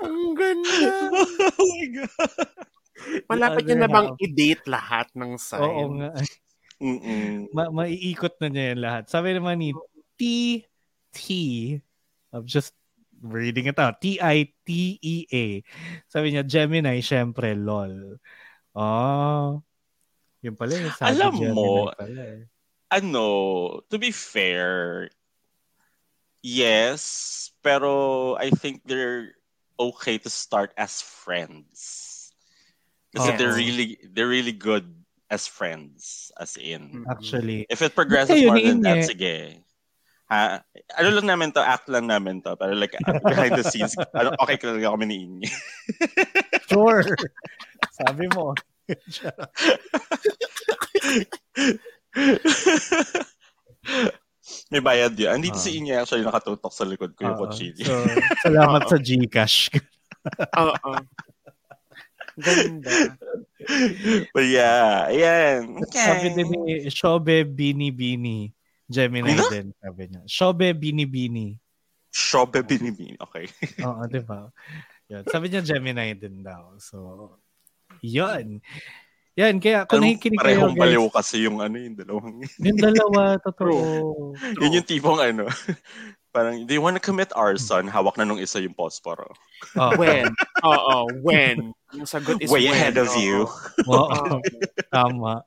Speaker 3: Ang ganda.
Speaker 2: oh my God.
Speaker 3: Malapit
Speaker 1: The
Speaker 3: niya na
Speaker 1: other
Speaker 3: bang
Speaker 1: half.
Speaker 3: i-date lahat ng sign?
Speaker 1: Oo nga.
Speaker 2: Mm-mm.
Speaker 1: ma- maiikot na niya yan lahat. Sabi naman ni T-T, I'm just reading it out, T-I-T-E-A. E Sabi niya, Gemini, syempre, lol. Oh, yun pala yung sabi
Speaker 2: Alam
Speaker 1: Gemini
Speaker 2: mo,
Speaker 1: pala eh.
Speaker 2: ano, to be fair, yes, pero I think they're okay to start as friends. Because
Speaker 1: Yes.
Speaker 2: they're really they're really good as friends, as in.
Speaker 1: Actually,
Speaker 2: If it progresses
Speaker 1: Yun
Speaker 2: more
Speaker 1: Hmm. yun
Speaker 2: than
Speaker 1: eh.
Speaker 2: that, sige. Ha? Ano lang namin to, act lang namin to. Pero like, uh, behind the scenes, ano, okay talaga kami ni Inge.
Speaker 1: sure. sabi mo.
Speaker 2: May bayad yun. Andito
Speaker 1: Ah.
Speaker 2: si Inge actually nakatutok sa likod ko yung
Speaker 1: Oo.
Speaker 2: kuchili.
Speaker 1: ah, so, salamat sa Gcash.
Speaker 3: Oo. Ganda.
Speaker 2: But yeah, ayan. Okay.
Speaker 1: Sabi din ni Shobe Bini Bini. Gemini
Speaker 2: Ano?
Speaker 1: din, sabi niya. Shobe Bini Bini.
Speaker 2: Shobe binibini. Okay.
Speaker 1: Oo, di ba? Yun. Sabi niya Gemini din daw. So, yun. Yan, kaya kung
Speaker 2: Alam mo,
Speaker 1: nakikinig kayo,
Speaker 2: parehong baliw
Speaker 1: guys,
Speaker 2: kasi yung ano yung dalawang.
Speaker 1: yung dalawa, totoo.
Speaker 2: Yun yung tipong ano. Parang, do you wanna commit arson? Hawak na nung isa yung posporo.
Speaker 1: Oh,
Speaker 3: When? Oo, when? Yung sagot is
Speaker 2: Way
Speaker 3: when.
Speaker 2: ahead of
Speaker 3: Oo.
Speaker 2: you.
Speaker 1: Oo. Tama.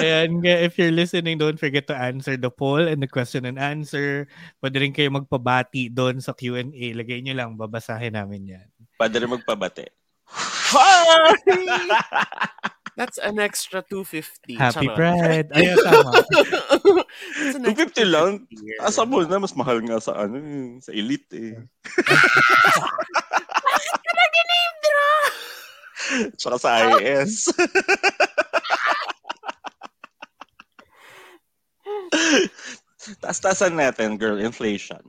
Speaker 1: Ayan, nga, if you're listening, don't forget to answer the poll and the question and answer. Pwede rin kayo magpabati doon sa Q&A. Lagay nyo lang, babasahin namin yan.
Speaker 2: Pwede rin magpabate.
Speaker 3: Hi! That's an extra 250.
Speaker 1: Happy
Speaker 3: Charot.
Speaker 1: Pride! Ayun, tama.
Speaker 3: That's an
Speaker 2: 250 lang?
Speaker 3: year.
Speaker 2: Asa mo na, mas mahal nga sa ano, eh, sa elite eh. Tsaka
Speaker 1: Ah!
Speaker 2: sa IS. Taas-taasan natin, girl, inflation.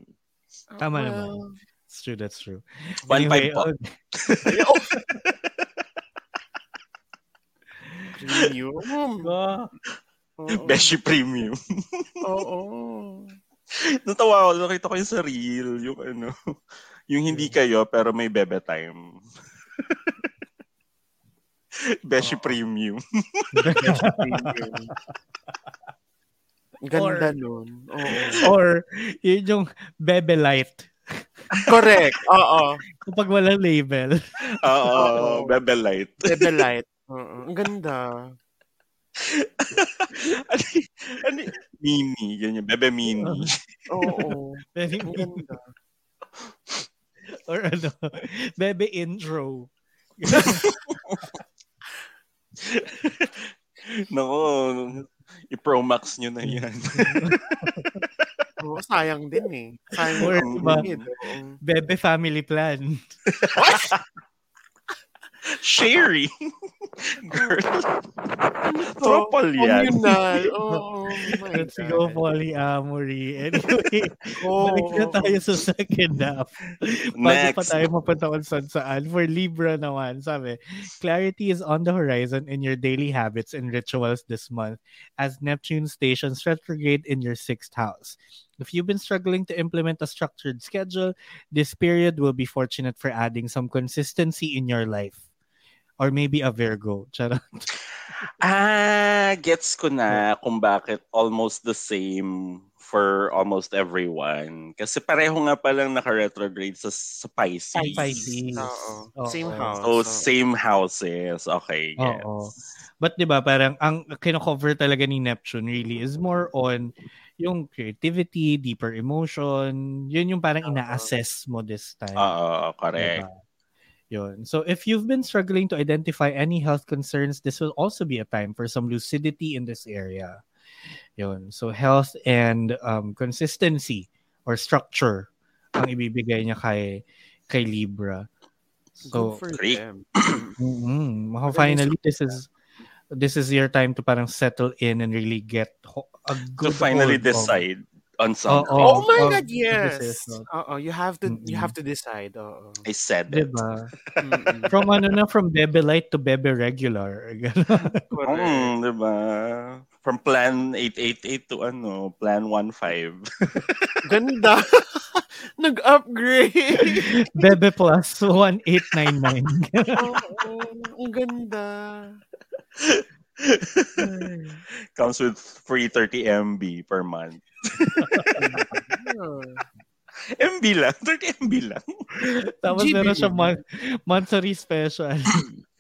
Speaker 1: Tama
Speaker 3: Well,
Speaker 1: naman. That's true, that's true.
Speaker 2: One
Speaker 1: Anyway,
Speaker 2: five po.
Speaker 1: oh,
Speaker 3: Premium.
Speaker 1: go.
Speaker 3: Oo.
Speaker 2: Beshi premium.
Speaker 3: Oo.
Speaker 2: Natawa ako, nakita ko yung sa reel, yung ano, yung hindi kayo pero may bebe time. Beshi
Speaker 3: Oo.
Speaker 2: premium.
Speaker 3: Premium. Ganda nun. Oo.
Speaker 1: Or, yun yung Bebe Light.
Speaker 3: Correct. Oo.
Speaker 1: Kapag walang label.
Speaker 2: Oo,
Speaker 3: Oo.
Speaker 2: bebe light.
Speaker 3: Bebe light. Oo. Ang ganda.
Speaker 2: ano, y- ano, y- mini, ganyan, bebe mini.
Speaker 3: Oo.
Speaker 1: Very-
Speaker 3: Ang ganda.
Speaker 1: or ano, Bebe Intro.
Speaker 2: Nako, i-pro max nyo na yan.
Speaker 3: Oo, sayang din eh. Sayang
Speaker 1: Or,
Speaker 3: din
Speaker 1: diba?
Speaker 3: eh. Oo.
Speaker 1: Bebe Family Plan.
Speaker 2: Sherry! Girl,
Speaker 3: Oh,
Speaker 2: tropal yan.
Speaker 3: communal. Oh, my
Speaker 1: Let's
Speaker 3: God.
Speaker 1: go polyamory. Anyway,
Speaker 3: Oh,
Speaker 1: balik na tayo sa second half. Bago pa
Speaker 2: Next.
Speaker 1: tayo mapunta kung saan saan. For Libra naman, sabi, clarity is on the horizon in your daily habits and rituals this month as Neptune stations retrograde in your sixth house. If you've been struggling to implement a structured schedule, this period will be fortunate for adding some consistency in your life. Or maybe a Virgo. Charot.
Speaker 2: Ah, gets ko na kung bakit almost the same for almost everyone. Kasi pareho nga palang naka-retrograde sa, sa Pisces.
Speaker 1: Pisces.
Speaker 3: Oo.
Speaker 1: Oo.
Speaker 3: Same house.
Speaker 2: So, same houses. Okay, yes.
Speaker 1: Oo. But 'di ba parang ang kino-cover talaga ni Neptune really is more on yung creativity, deeper emotion. Yun yung parang
Speaker 3: Oo. Ah,
Speaker 1: ina-assess mo this time.
Speaker 2: Oo, correct.
Speaker 1: Diba? Yun. So if you've been struggling to identify any health concerns, this will also be a time for some lucidity in this area. Yun. So health and um, consistency or structure ang ibibigay niya kay kay Libra. So
Speaker 3: Good for
Speaker 2: Great.
Speaker 3: them.
Speaker 1: mm
Speaker 3: Magaling
Speaker 1: finally this is this is your time to parang settle in and really get ho- a
Speaker 2: To
Speaker 1: good
Speaker 2: finally
Speaker 1: hold of-
Speaker 2: decide on something.
Speaker 1: Oo.
Speaker 3: Oh,
Speaker 1: Oh,
Speaker 3: my god,
Speaker 1: this is
Speaker 3: yes.
Speaker 1: not-
Speaker 3: Oo, you have to you
Speaker 1: Mm-mm.
Speaker 3: have to decide.
Speaker 2: Oh,
Speaker 3: Oo.
Speaker 2: I said it.
Speaker 1: Diba?
Speaker 3: Mm-mm.
Speaker 1: From ano na from bebe light to bebe regular. Ganun.
Speaker 3: Correct.
Speaker 2: Mm, diba? From plan 888 to ano, plan 15.
Speaker 3: Ganda. Nag-upgrade.
Speaker 1: Bebe Plus 1899.
Speaker 3: Oo, ang ganda.
Speaker 2: Comes with free 30 MB per month.
Speaker 3: Yeah.
Speaker 2: MB lang. 30 MB lang.
Speaker 1: Tapos
Speaker 3: GB.
Speaker 1: meron siya mon- monthly special.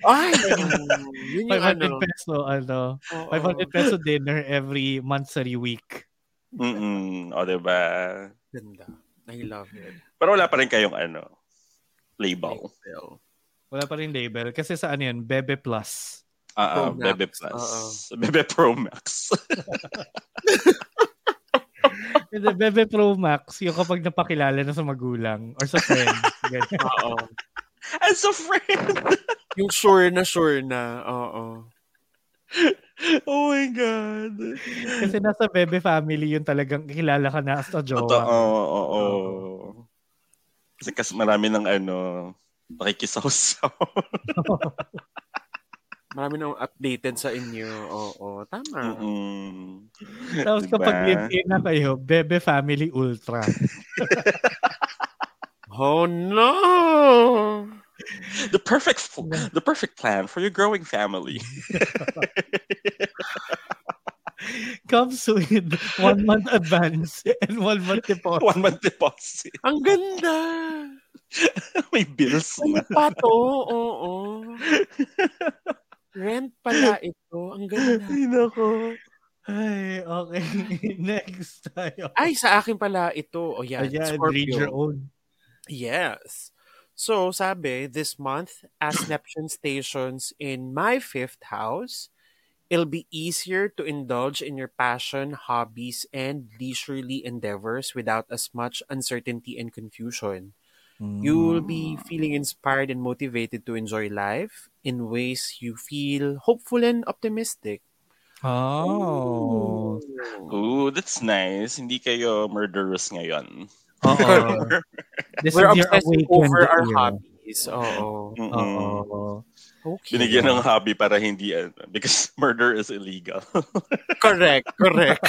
Speaker 3: Ay, oo. yun
Speaker 1: 500
Speaker 3: yung ano. Oh.
Speaker 1: peso, ano.
Speaker 3: Oo.
Speaker 1: 500 peso dinner every monthly week.
Speaker 2: Mm-mm. O, diba?
Speaker 3: Ganda. I love it.
Speaker 2: Pero wala pa rin kayong ano, label.
Speaker 3: Well,
Speaker 1: Wala pa rin label. Kasi sa ano yun, Bebe Plus.
Speaker 2: Ah, ah,
Speaker 3: Pro Max.
Speaker 2: Bebe
Speaker 3: Oo.
Speaker 2: Plus. Bebe Pro Max.
Speaker 1: Hindi, Bebe Pro Max, yung kapag napakilala na sa magulang or sa friend. Ganyan.
Speaker 3: Oo.
Speaker 2: As a friend.
Speaker 3: Yung sure na sure na. Oo.
Speaker 2: Oh my God.
Speaker 1: Kasi nasa Bebe family yun talagang kilala ka na as a
Speaker 2: Totoo.
Speaker 1: jowa.
Speaker 2: Oo. Kasi kas marami ng ano, pakikisaw-saw.
Speaker 3: Marami nang updated sa inyo. Oo. Tama.
Speaker 2: Mm-mm.
Speaker 1: Tapos
Speaker 2: Mm. Diba?
Speaker 1: kapag live-in na kayo, Bebe Family Ultra.
Speaker 3: Oh no!
Speaker 2: The perfect f- the perfect plan for your growing family.
Speaker 1: comes with one month advance and one month deposit.
Speaker 2: One month deposit.
Speaker 3: Ang ganda!
Speaker 2: May bills na.
Speaker 3: Pato, oo. Rent pala ito. Ang ganda.
Speaker 2: Ay, nako.
Speaker 1: Ay, okay. Next tayo.
Speaker 3: Ay, sa akin pala ito. O yan,
Speaker 1: Ayan, read your
Speaker 3: Scorpio.
Speaker 1: own.
Speaker 3: Yes. So, sabi, this month, as Neptune stations in my fifth house, it'll be easier to indulge in your passion, hobbies, and leisurely endeavors without as much uncertainty and confusion. You will
Speaker 1: Mm.
Speaker 3: be feeling inspired and motivated to enjoy life in ways you feel hopeful and optimistic.
Speaker 1: Oh.
Speaker 2: Ooh, that's nice. Hindi kayo murderous ngayon.
Speaker 1: Oo. This
Speaker 3: We're
Speaker 1: is your
Speaker 3: obsessed
Speaker 1: awakened
Speaker 3: over our
Speaker 1: ear.
Speaker 3: hobbies. Oo.
Speaker 2: Mm-mm.
Speaker 1: Oo.
Speaker 3: Okay.
Speaker 2: Binigyan ng hobby para hindi ano, because murder is illegal.
Speaker 3: correct, correct.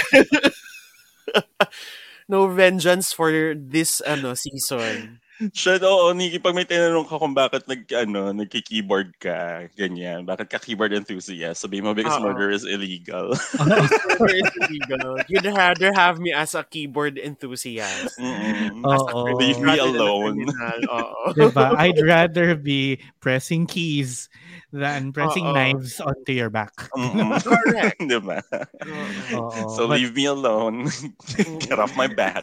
Speaker 3: no vengeance for this ano season.
Speaker 2: Shit, oo, Nikki, pag may tinanong ka kung bakit nag, ano, nagki-keyboard ka, ganyan, bakit ka keyboard enthusiast, sabi mo because
Speaker 3: Oo.
Speaker 2: murder is illegal.
Speaker 3: Murder is illegal. You'd rather have me as a keyboard enthusiast.
Speaker 2: Mm-mm.
Speaker 3: As a
Speaker 1: Oo.
Speaker 3: criminal
Speaker 2: Oh. Leave me
Speaker 3: rather than a
Speaker 2: alone.
Speaker 3: criminal. Oo.
Speaker 1: Diba? I'd rather be pressing keys than pressing
Speaker 3: Oo.
Speaker 1: knives onto your back.
Speaker 2: Mm-mm.
Speaker 3: Correct.
Speaker 2: diba?
Speaker 1: Oh,
Speaker 3: Oo.
Speaker 1: Oo.
Speaker 2: So
Speaker 1: But-
Speaker 2: leave me alone. Get off my back.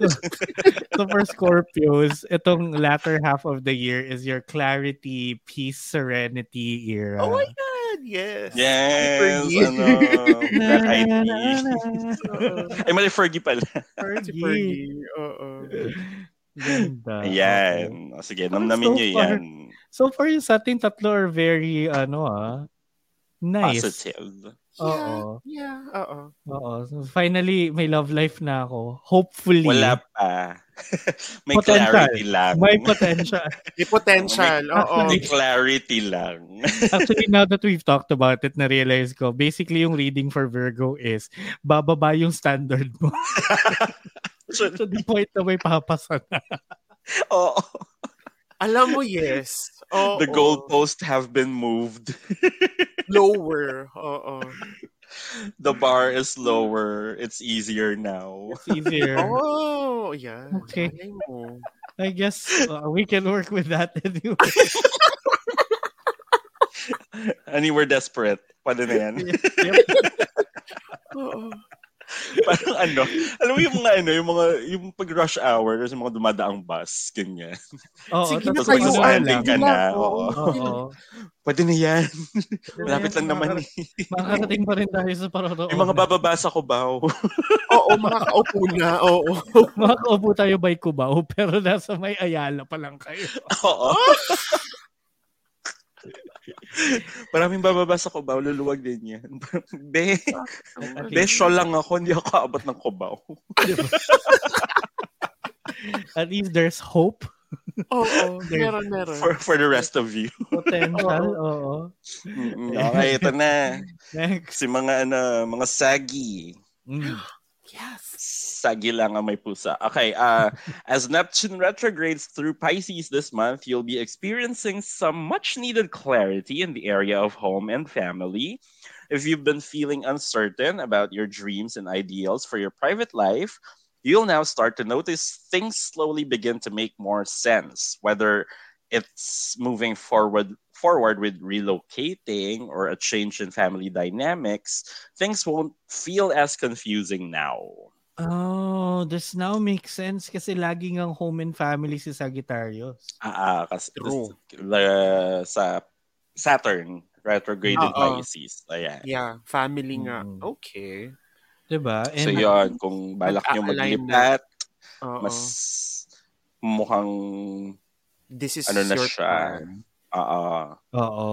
Speaker 1: So for Scorpios, itong latter half of the year is your clarity, peace, serenity era.
Speaker 3: Oh my god, yes.
Speaker 2: Yes,
Speaker 3: Fergie.
Speaker 2: ano, that ID.
Speaker 3: Oo.
Speaker 2: Ay, mali, Fergie pala.
Speaker 3: Si Fergie, oo.
Speaker 1: Ganda.
Speaker 2: Ayan. O, Sige,
Speaker 1: Parang Ah,
Speaker 2: namnamin
Speaker 1: so
Speaker 2: niyo
Speaker 1: far,
Speaker 2: yan.
Speaker 1: So far yung sa ating tatlo are very ano ah nice.
Speaker 2: Positive.
Speaker 1: Oo.
Speaker 3: Yeah, oo.
Speaker 1: Oo. So finally may love life na ako. Hopefully.
Speaker 2: Wala pa. May
Speaker 1: Potential.
Speaker 2: clarity lang.
Speaker 1: May potential.
Speaker 3: May potential, oo.
Speaker 2: May clarity lang.
Speaker 1: Actually, now that we've talked about it, na-realize ko, basically yung reading for Virgo is, bababa yung standard mo.
Speaker 2: So,
Speaker 1: to the point na may papasa na.
Speaker 2: oo,
Speaker 3: Alam mo, yes. Oo.
Speaker 2: the goalposts have been moved.
Speaker 3: Lower, oo.
Speaker 2: the bar is lower. It's easier now.
Speaker 1: It's easier.
Speaker 3: Oh, yeah.
Speaker 1: Okay.
Speaker 3: Malay mo.
Speaker 1: I guess uh, we can work with that anyway.
Speaker 2: And you were desperate. Pwede na yan.
Speaker 1: Yep.
Speaker 3: Oo.
Speaker 2: Parang ano, alam mo yung mga ano, yung mga, yung pag rush hour, there's yung mga dumadaang bus, ganyan.
Speaker 1: Oo,
Speaker 3: Sige
Speaker 1: tapos
Speaker 2: Tapos
Speaker 3: kayo,
Speaker 2: pag
Speaker 1: ano
Speaker 3: susuhan
Speaker 1: lang.
Speaker 2: sumahanding ka
Speaker 3: Wala,
Speaker 2: na,
Speaker 3: oo.
Speaker 2: oo.
Speaker 1: Oo.
Speaker 2: Pwede na yan. Malapit lang naman eh.
Speaker 1: Makakarating pa rin tayo sa paroroonan.
Speaker 2: Yung mga bababasa ko ba?
Speaker 3: Oo, makakaupo na. Oo.
Speaker 1: Makakaupo tayo by Cubao, pero nasa may Ayala pa lang kayo.
Speaker 2: Oo. Maraming bababasa ko ba? Luluwag din yan. Be, be, show lang ako. Hindi ako abot ng kubaw.
Speaker 1: At least there's hope,
Speaker 3: Oo,
Speaker 1: There.
Speaker 3: meron, meron.
Speaker 2: For, for the rest of you.
Speaker 1: potential. Oo.
Speaker 2: Mm-mm. Okay, ito na.
Speaker 1: Next.
Speaker 2: Si mga, ano, mga sagi. Hmm.
Speaker 1: Mm.
Speaker 3: Yes.
Speaker 2: Sagi lang ang may pusa. Okay, uh, as Neptune retrogrades through Pisces this month, you'll be experiencing some much needed clarity in the area of home and family. If you've been feeling uncertain about your dreams and ideals for your private life, you'll now start to notice things slowly begin to make more sense, whether it's moving forward forward with relocating or a change in family dynamics things won't feel as confusing now
Speaker 1: Oh, this now makes sense kasi laging ang home and family si Sagittarius.
Speaker 2: Ah, ah, kasi
Speaker 3: True.
Speaker 2: la- sa Saturn retrograded
Speaker 3: Oo.
Speaker 2: Pisces. Ayan.
Speaker 3: Yeah, family nga.
Speaker 1: Mm.
Speaker 3: Okay.
Speaker 1: 'Di ba?
Speaker 2: So
Speaker 1: And
Speaker 2: yun, kung balak nyo
Speaker 3: Mag-a-align
Speaker 2: maglipat,
Speaker 3: Oo.
Speaker 2: mas mukhang
Speaker 3: This is
Speaker 2: ano na
Speaker 3: your
Speaker 2: siya.
Speaker 3: plan.
Speaker 2: Oo.
Speaker 1: oo.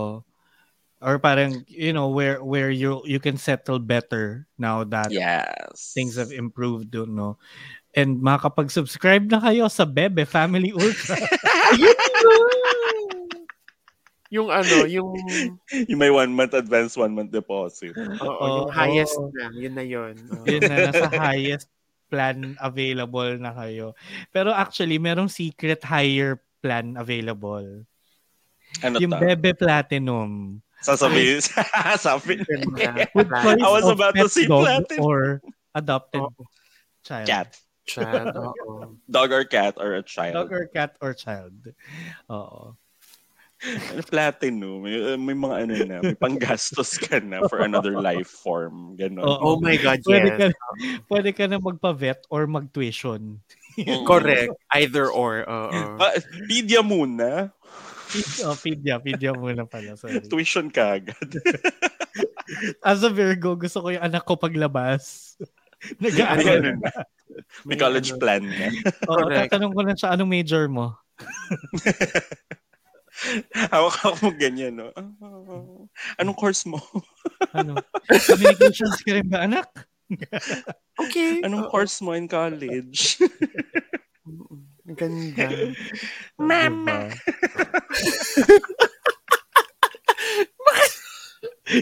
Speaker 1: Or parang you know where where you you can settle better now that
Speaker 2: Yes.
Speaker 1: things have improved, don't know. And makakapag-subscribe na kayo sa Bebe Family Ultra.
Speaker 3: Yung ano, yung,
Speaker 2: you may one month advance, one month deposit.
Speaker 3: oo,
Speaker 1: Oo.
Speaker 3: yung highest na. Yun na yun. Oo.
Speaker 1: yun na nasa highest plan available na kayo. Pero actually, merong secret higher plan available.
Speaker 2: Ano
Speaker 1: Yung
Speaker 2: to?
Speaker 1: Bebe Platinum.
Speaker 2: Sasabihin. Sabi,
Speaker 3: Ganda.
Speaker 1: With choice
Speaker 2: Ah, I was
Speaker 1: of
Speaker 2: about
Speaker 1: pet
Speaker 2: to say
Speaker 1: dog
Speaker 2: platinum. Oh.
Speaker 1: or adopted
Speaker 3: Oo.
Speaker 1: child.
Speaker 2: cat.
Speaker 3: Chat, oo.
Speaker 2: Dog or cat or a child.
Speaker 1: Dog or cat or child. Oo.
Speaker 2: Platinum. May, may mga ano na. May panggastos ka na for another life form. Ganon.
Speaker 1: Oo.
Speaker 3: Oh my God,
Speaker 1: Pwede,
Speaker 3: yes.
Speaker 1: ka,
Speaker 2: um,
Speaker 1: pwede ka na magpa-vet or mag-tuition.
Speaker 2: Mm.
Speaker 3: Correct. Either or. Oo.
Speaker 2: Ah, Pedia muna.
Speaker 1: Feed- Oh, pidya, pidya muna pala. Sorry.
Speaker 2: Tuition ka agad.
Speaker 1: As a Virgo, gusto ko yung anak ko paglabas.
Speaker 2: May,
Speaker 1: Nag-aaral.
Speaker 2: ano na, may college plan na.
Speaker 1: Oo,
Speaker 3: Correct.
Speaker 1: tatanong ko lang siya, anong major mo?
Speaker 2: Hawak-hawak mo ganyan, no? Anong course mo?
Speaker 1: Ano? Communications ka rin ba, anak?
Speaker 3: Okay.
Speaker 2: Anong
Speaker 3: Oo.
Speaker 2: course mo in college?
Speaker 3: Ganda.
Speaker 1: Oh, Mama!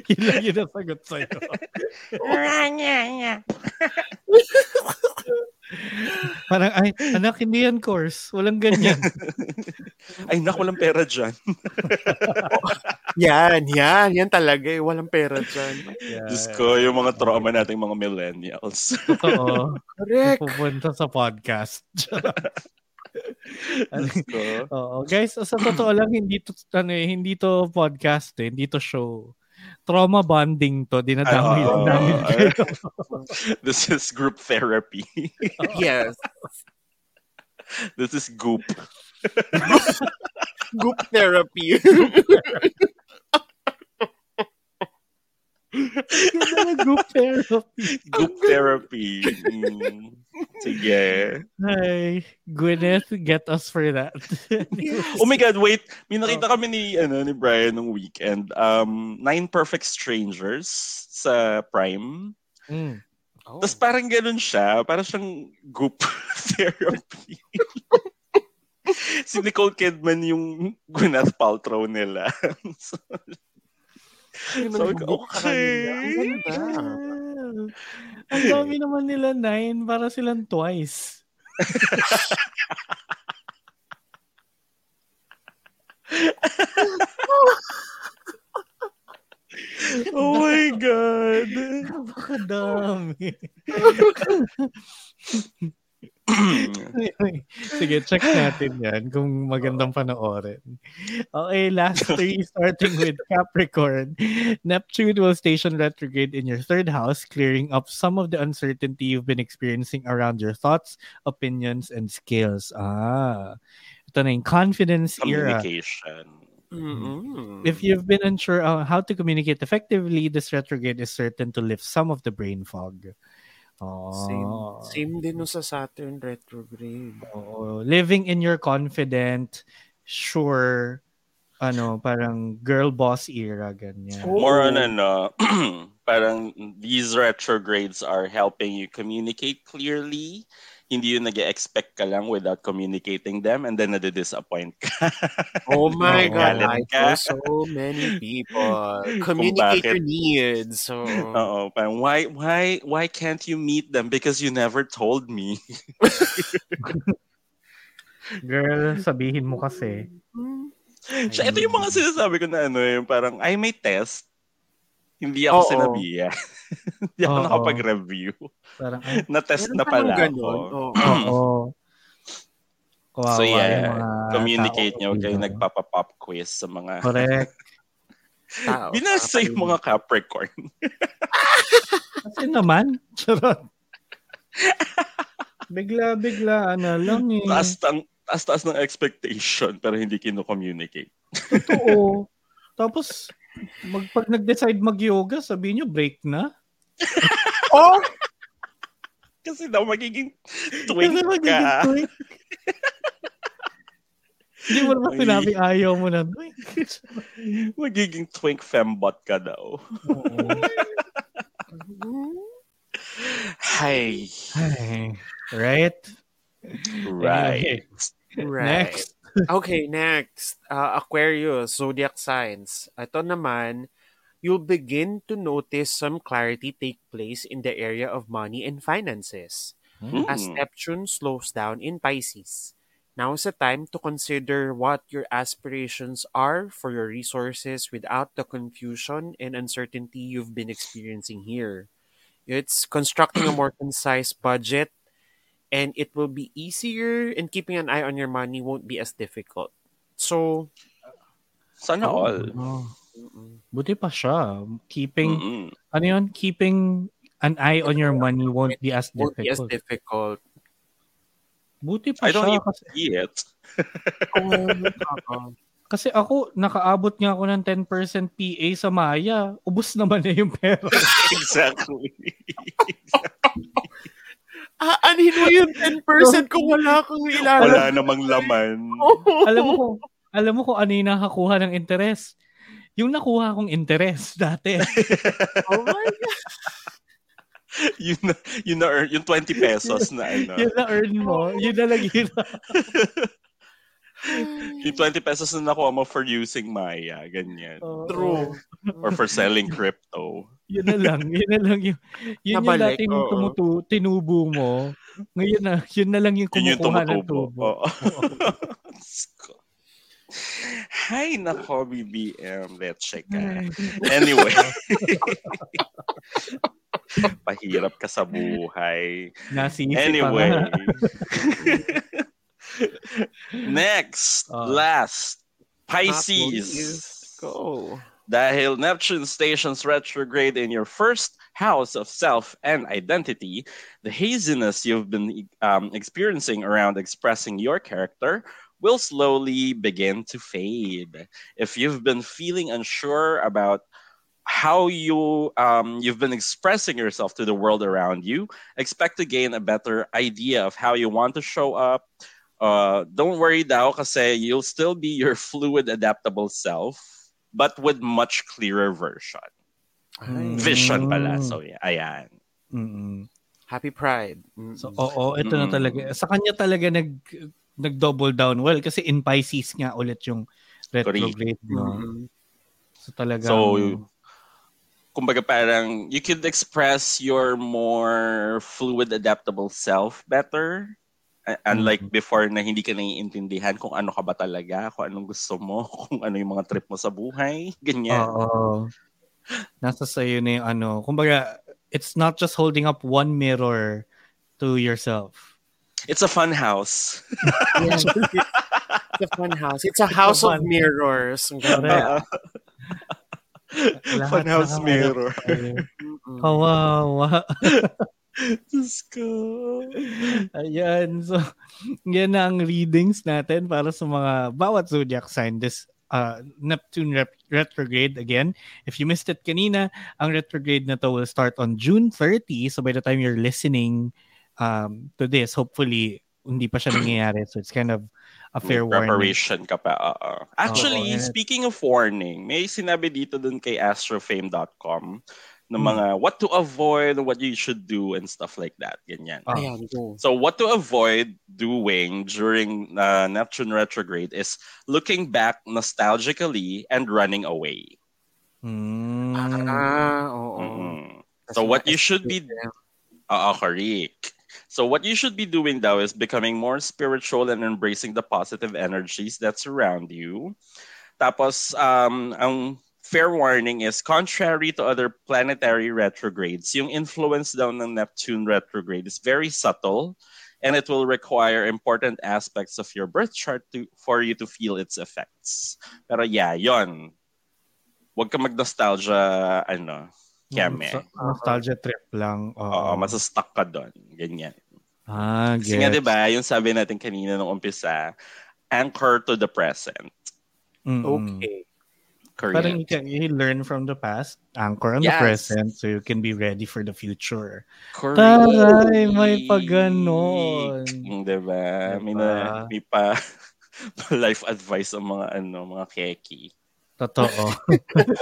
Speaker 1: yun lang yun ang sagot sa'yo. Parang, ay, anak, hindi yan course. Walang ganyan.
Speaker 2: Ay, nak, walang pera dyan.
Speaker 3: Yan, yan. Yan talaga eh. Walang pera dyan.
Speaker 2: Diyos ko, yung mga trauma nating mga millennials.
Speaker 1: Totoo.
Speaker 3: Correct.
Speaker 1: Pupunta sa podcast.
Speaker 2: Diyos ko.
Speaker 1: Oo. Guys, sa totoo lang, hindi to, ano, eh, hindi to podcast eh, hindi to show. Trauma bonding to, dinadamay lang
Speaker 2: Oo.
Speaker 1: namin kayo.
Speaker 2: This is group therapy.
Speaker 3: Yes.
Speaker 2: This is goop.
Speaker 3: Group therapy.
Speaker 1: Ganda ng group therapy.
Speaker 2: Group therapy. Mm. Sige.
Speaker 1: Hi, Gwyneth, get us for that.
Speaker 2: Oh
Speaker 1: Um,
Speaker 2: my God, wait. May nakita kami ni, ano, ni Brian nung weekend. Um, Nine Perfect Strangers sa Prime.
Speaker 1: Mm.
Speaker 3: Oh.
Speaker 2: Tapos parang ganun siya. Parang siyang group therapy. si Nicole Kidman yung Gwyneth Paltrow nila. so, sabi ko, okay.
Speaker 1: Ah. Ang dami naman nila nine, para silang twice.
Speaker 2: Oh my God.
Speaker 1: God! Napakadami. Anyway, Sige, check natin yan kung magandang panoorin. Okay, last three starting with Capricorn. Neptune will station retrograde in your third house, clearing up some of the uncertainty you've been experiencing around your thoughts, opinions, and skills. Ah, ito na yung confidence era.
Speaker 2: Communication.
Speaker 3: Mm-mm.
Speaker 1: If you've been unsure on how to communicate effectively, this retrograde is certain to lift some of the brain fog.
Speaker 3: Same,
Speaker 1: Oh.
Speaker 2: Ah.
Speaker 3: same din no sa Saturn retrograde.
Speaker 1: Oo. living in your confident, sure, ano, parang girl boss era, ganyan.
Speaker 3: Oo.
Speaker 2: More on ano, parang these retrogrades are helping you communicate clearly. Hindi yun nag-expect ka lang without communicating them and then nade-disappoint ka.
Speaker 3: Oh
Speaker 1: Oo.
Speaker 3: my God,
Speaker 2: Galit
Speaker 3: I know
Speaker 2: ka.
Speaker 3: so many people. Communicate your needs. So,
Speaker 2: Oo, parang why, why, why can't you meet them? Because you never told me.
Speaker 1: Girl, sabihin mo kasi.
Speaker 3: Mm-hmm.
Speaker 2: So, ito yung
Speaker 3: Mm.
Speaker 2: mga sinasabi ko na ano, yung parang, ay, may test. Hindi ako
Speaker 3: Oo.
Speaker 2: sinabihan. Hindi ako
Speaker 1: Oo.
Speaker 2: nakapag-review.
Speaker 1: Parang, ay,
Speaker 2: Na-test
Speaker 3: Meron
Speaker 2: na
Speaker 3: pa
Speaker 2: pala ako.
Speaker 3: nung ganun. Oo.
Speaker 1: oo. Kawawa
Speaker 2: So,
Speaker 1: yung
Speaker 2: yeah,
Speaker 1: mga
Speaker 2: communicate
Speaker 3: Ah,
Speaker 1: tao
Speaker 2: nyo kayo
Speaker 1: dito.
Speaker 2: nagpapa-pop quiz sa mga...
Speaker 1: Correct.
Speaker 3: Tao.
Speaker 2: Binasa yung mga Capricorn.
Speaker 1: Kasi naman, charot. Bigla-bigla, ano lang eh.
Speaker 2: Taas, ang, taas, taas ng expectation pero hindi kino-communicate.
Speaker 1: Totoo. Tapos, mag, pag nag-decide mag-yoga, sabihin nyo, break na.
Speaker 3: Oh!
Speaker 2: Kasi daw magiging twink
Speaker 1: Kasi magiging
Speaker 2: ka.
Speaker 1: twink. Hindi mo naman
Speaker 2: Ay.
Speaker 1: sinabi ayaw mo na twink.
Speaker 2: Magiging twink fembot ka daw.
Speaker 1: Oo.
Speaker 2: Hi.
Speaker 1: Ay. Right?
Speaker 2: Right.
Speaker 3: Right.
Speaker 1: Next.
Speaker 3: Okay, next. Uh, Aquarius, zodiac signs. Ito naman, you'll begin to notice some clarity take place in the area of money and finances as
Speaker 2: Hmm.
Speaker 3: Neptune slows down in Pisces. Now is the time to consider what your aspirations are for your resources without the confusion and uncertainty you've been experiencing here. It's constructing a more concise budget and it will be easier and keeping an eye on your money won't be as difficult. So,
Speaker 2: Sana Ano all.
Speaker 1: Oo. Oh, Buti pa siya. Keeping,
Speaker 2: Mm-mm.
Speaker 1: ano yun? Keeping an eye on your money won't be as
Speaker 3: won't be as
Speaker 1: difficult.
Speaker 3: difficult.
Speaker 1: Buti pa
Speaker 2: I don't
Speaker 1: siya.
Speaker 2: even
Speaker 1: Kasi,
Speaker 2: see it.
Speaker 1: kasi ako, nakaabot nga ako ng 10% PA sa Maya. Ubus naman na yung pera.
Speaker 2: exactly.
Speaker 3: ah, anhin mo yung 10% kung wala kang ilalagay.
Speaker 2: Wala namang laman.
Speaker 1: alam mo kung, alam mo kung ano yung nakakuha ng interest? Yung nakuha kong interest dati.
Speaker 3: Oh my
Speaker 2: yun na, yun na, earn- yung 20 pesos na ano.
Speaker 1: yun na earn mo, yun na lang yun.
Speaker 2: Yung 20 pesos na nakuha mo for using Maya, ganyan.
Speaker 3: Oh,
Speaker 1: Oo.
Speaker 3: True.
Speaker 2: Or for selling crypto.
Speaker 1: yun na lang, yun na lang yung, yun yung
Speaker 3: Nabalik,
Speaker 1: dati yung
Speaker 3: oo.
Speaker 1: tumutu, tinubo mo. Ngayon na, yun na lang yung
Speaker 2: Yun yung
Speaker 1: kumukuha ng
Speaker 2: tumutubo.
Speaker 1: tubo.
Speaker 2: Oo. Diyos ko. Hi, nako, BBM. Let's check ka.
Speaker 1: Ay,
Speaker 2: Anyway. Pahirap ka sa buhay.
Speaker 1: Nasisip
Speaker 2: Anyway.
Speaker 1: pa nga.
Speaker 2: Next,
Speaker 1: Ah.
Speaker 2: last,
Speaker 3: Pisces.
Speaker 2: Pisces.
Speaker 3: Go.
Speaker 2: Dahil Neptune stations retrograde in your first house of self and identity, the haziness you've been um, experiencing around expressing your character will slowly begin to fade. If you've been feeling unsure about how you um, you've been expressing yourself to the world around you, expect to gain a better idea of how you want to show up. Uh, don't worry, Dao, kasi you'll still be your fluid, adaptable self but with much clearer version.
Speaker 1: Mm.
Speaker 2: Vision pala. So, yeah, ayan.
Speaker 1: Mm-mm.
Speaker 3: Happy Pride. Mm.
Speaker 1: So, oh, oo, ito na
Speaker 2: Mm.
Speaker 1: talaga. Sa kanya talaga nag, nag-double down. Well, kasi in Pisces nga ulit yung retrograde. No?
Speaker 3: Mm.
Speaker 1: So, talaga.
Speaker 2: So, Kumbaga parang you could express your more fluid, adaptable self better. Uh, Unlike
Speaker 1: Mm-hmm.
Speaker 2: before na hindi ka naiintindihan kung ano ka ba talaga, kung anong gusto mo, kung ano yung mga trip mo sa buhay, ganyan.
Speaker 1: oo. nasa sa'yo na yung ano. Kumbaga, it's not just holding up one mirror to yourself.
Speaker 2: It's a fun house.
Speaker 3: Yes. it's a fun house. It's a house of
Speaker 1: fun-
Speaker 3: mirrors. Ang ganda.
Speaker 1: Correct.
Speaker 2: fun house mirror.
Speaker 3: Mm-mm.
Speaker 1: Kawawa.
Speaker 2: Diyos ko.
Speaker 1: Ayan. So, yan na ang readings natin para sa mga bawat zodiac sign this uh, Neptune rep- retrograde again. If you missed it kanina, ang retrograde na to will start on June 30. So by the time you're listening um, to this, hopefully hindi pa siya nangyayari. So it's kind of a fair warning.
Speaker 2: Preparation ka pa. oo. Actually,
Speaker 1: Oo, yeah.
Speaker 2: speaking of warning, may sinabi dito dun kay astrofame.com
Speaker 1: Hmm.
Speaker 2: ng mga what to avoid, what you should do, and stuff like that. Ganyan.
Speaker 1: Ah.
Speaker 3: Ayan, go.
Speaker 2: So what to avoid doing during uh, Neptune retrograde is looking back nostalgically and running away.
Speaker 1: Mm.
Speaker 3: Ah, oo.
Speaker 1: Mm-hmm.
Speaker 2: Mm. So what you should be
Speaker 3: Yeah.
Speaker 2: uh, correct. So what you should be doing though is becoming more spiritual and embracing the positive energies that surround you. Tapos um ang fair warning is contrary to other planetary retrogrades, yung influence daw ng Neptune retrograde is very subtle and it will require important aspects of your birth chart to, for you to feel its effects. Pero yeah, yon. Huwag ka mag-nostalgia, ano, keme.
Speaker 1: So, nostalgia trip lang.
Speaker 2: Oo,
Speaker 1: Oo.
Speaker 2: masastuck ka doon. Ganyan.
Speaker 1: ah,
Speaker 2: Kasi nga,
Speaker 1: gets.
Speaker 2: diba? di ba, yung sabi natin kanina nung umpisa, anchor to the present.
Speaker 1: Mm-mm.
Speaker 3: Okay.
Speaker 1: Mm. Parang
Speaker 2: Korean.
Speaker 1: you can you learn from the past, anchor on
Speaker 2: Yes.
Speaker 1: the present, so you can be ready for the future.
Speaker 2: Correct.
Speaker 1: Taray, may pa ganon.
Speaker 2: Mm, Di
Speaker 1: Di
Speaker 2: ba? May,
Speaker 1: ba?
Speaker 2: na, may pa life advice ang mga ano, mga keki.
Speaker 1: Totoo.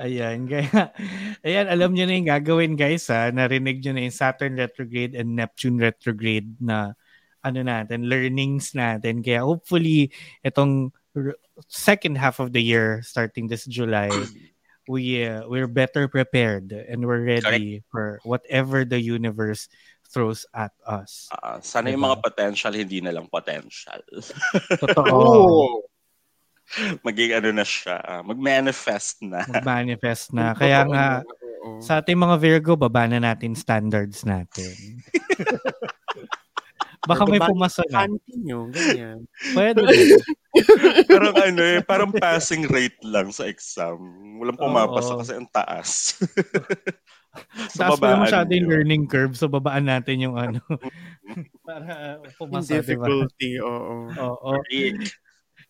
Speaker 1: ayan, kaya, ayan, alam nyo na yung gagawin guys ha, narinig nyo na yung Saturn retrograde and Neptune retrograde na ano natin, learnings natin. Kaya hopefully, itong r- second half of the year, starting this July, we uh, we're better prepared and we're ready for whatever the universe throws at us.
Speaker 2: Ah, sana
Speaker 1: Di
Speaker 2: yung
Speaker 1: ba?
Speaker 2: mga potential, hindi na lang potential.
Speaker 1: Totoo.
Speaker 3: Oh.
Speaker 2: Maging ano na siya, ah, mag-manifest na.
Speaker 1: Mag-manifest na. Kaya nga,
Speaker 3: Oo.
Speaker 1: sa ating mga Virgo, baba na natin standards natin. Baka may
Speaker 3: Baba-
Speaker 1: pumasa na.
Speaker 3: Panty nyo, ganyan.
Speaker 1: Pwede. din.
Speaker 2: parang ano eh, parang passing rate lang sa exam. Walang pumapasa
Speaker 1: Oo.
Speaker 2: kasi ang taas.
Speaker 1: Taas pa
Speaker 2: babaan
Speaker 1: yung masyado yung
Speaker 2: yun.
Speaker 1: learning curve, so babaan natin yung ano. Para
Speaker 3: Yung
Speaker 1: pumasa, di ba?
Speaker 3: difficulty, oo.
Speaker 1: Oo.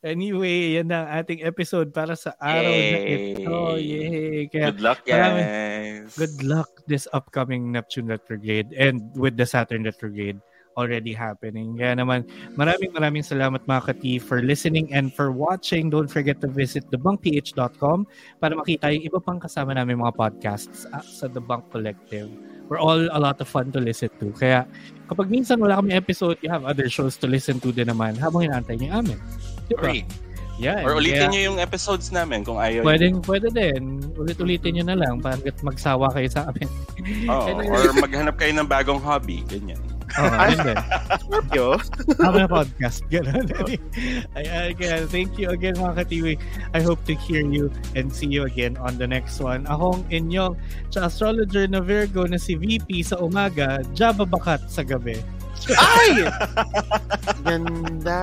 Speaker 1: Anyway, yan na ang ating episode para sa araw na ito.
Speaker 2: Yay.
Speaker 1: Yay! Kaya
Speaker 2: Good luck,
Speaker 1: Maraming-
Speaker 2: guys.
Speaker 1: good luck this upcoming Neptune retrograde and with the Saturn retrograde already happening. Kaya naman, maraming maraming salamat mga kati for listening and for watching. Don't forget to visit thebunkph.com para makita yung iba pang kasama namin mga podcasts ah, sa The Bunk Collective. We're all a lot of fun to listen to. Kaya kapag minsan wala kami episode, you have other shows to listen to din naman habang inaantay niyo amin. Diba?
Speaker 2: Sorry.
Speaker 1: Yeah.
Speaker 2: Or
Speaker 1: kaya-
Speaker 2: ulitin nyo yung episodes namin kung ayaw nyo.
Speaker 1: Pwedeng, pwede din. Ulit-ulitin nyo na lang hanggat magsawa kayo sa amin.
Speaker 2: Oo.
Speaker 1: Pwede
Speaker 2: Oh, Or maghanap kayo ng bagong hobby. Ganyan.
Speaker 1: Oo,
Speaker 3: Ay.
Speaker 1: yun din.
Speaker 3: Scorpio.
Speaker 1: Habang podcast. Ganun. Ayan, kaya thank you again mga katiwi. I hope to hear you and see you again on the next one. Akong inyong sa astrologer na Virgo na si VP sa umaga, Jabba Bakat sa gabi.
Speaker 3: Ay! Ganda.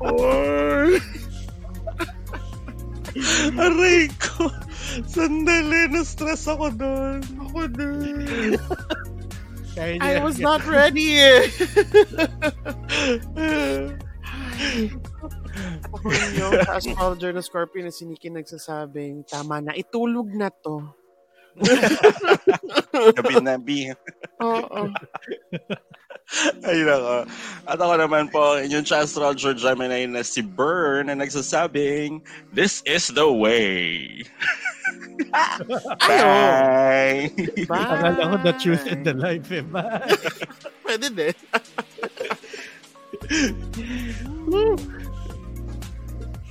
Speaker 2: Or... Aray ko. Sandali, na-stress ako doon. Ako doon.
Speaker 1: Kaya niya
Speaker 3: I was
Speaker 1: yan.
Speaker 3: not ready. eh. Ako yung astrologer na Scorpio na si Nikki nagsasabing, tama na, itulog na to.
Speaker 2: Gabi-nabi.
Speaker 3: Oo.
Speaker 2: Ay, nako. At ako naman po, yung astrologer Gemini na si Burn na nagsasabing, This is the way.
Speaker 3: Ayo.
Speaker 2: Bye!
Speaker 3: Bye.
Speaker 2: oh.
Speaker 1: Akala ko the truth in the life. Eh. Bye.
Speaker 3: Pwede din.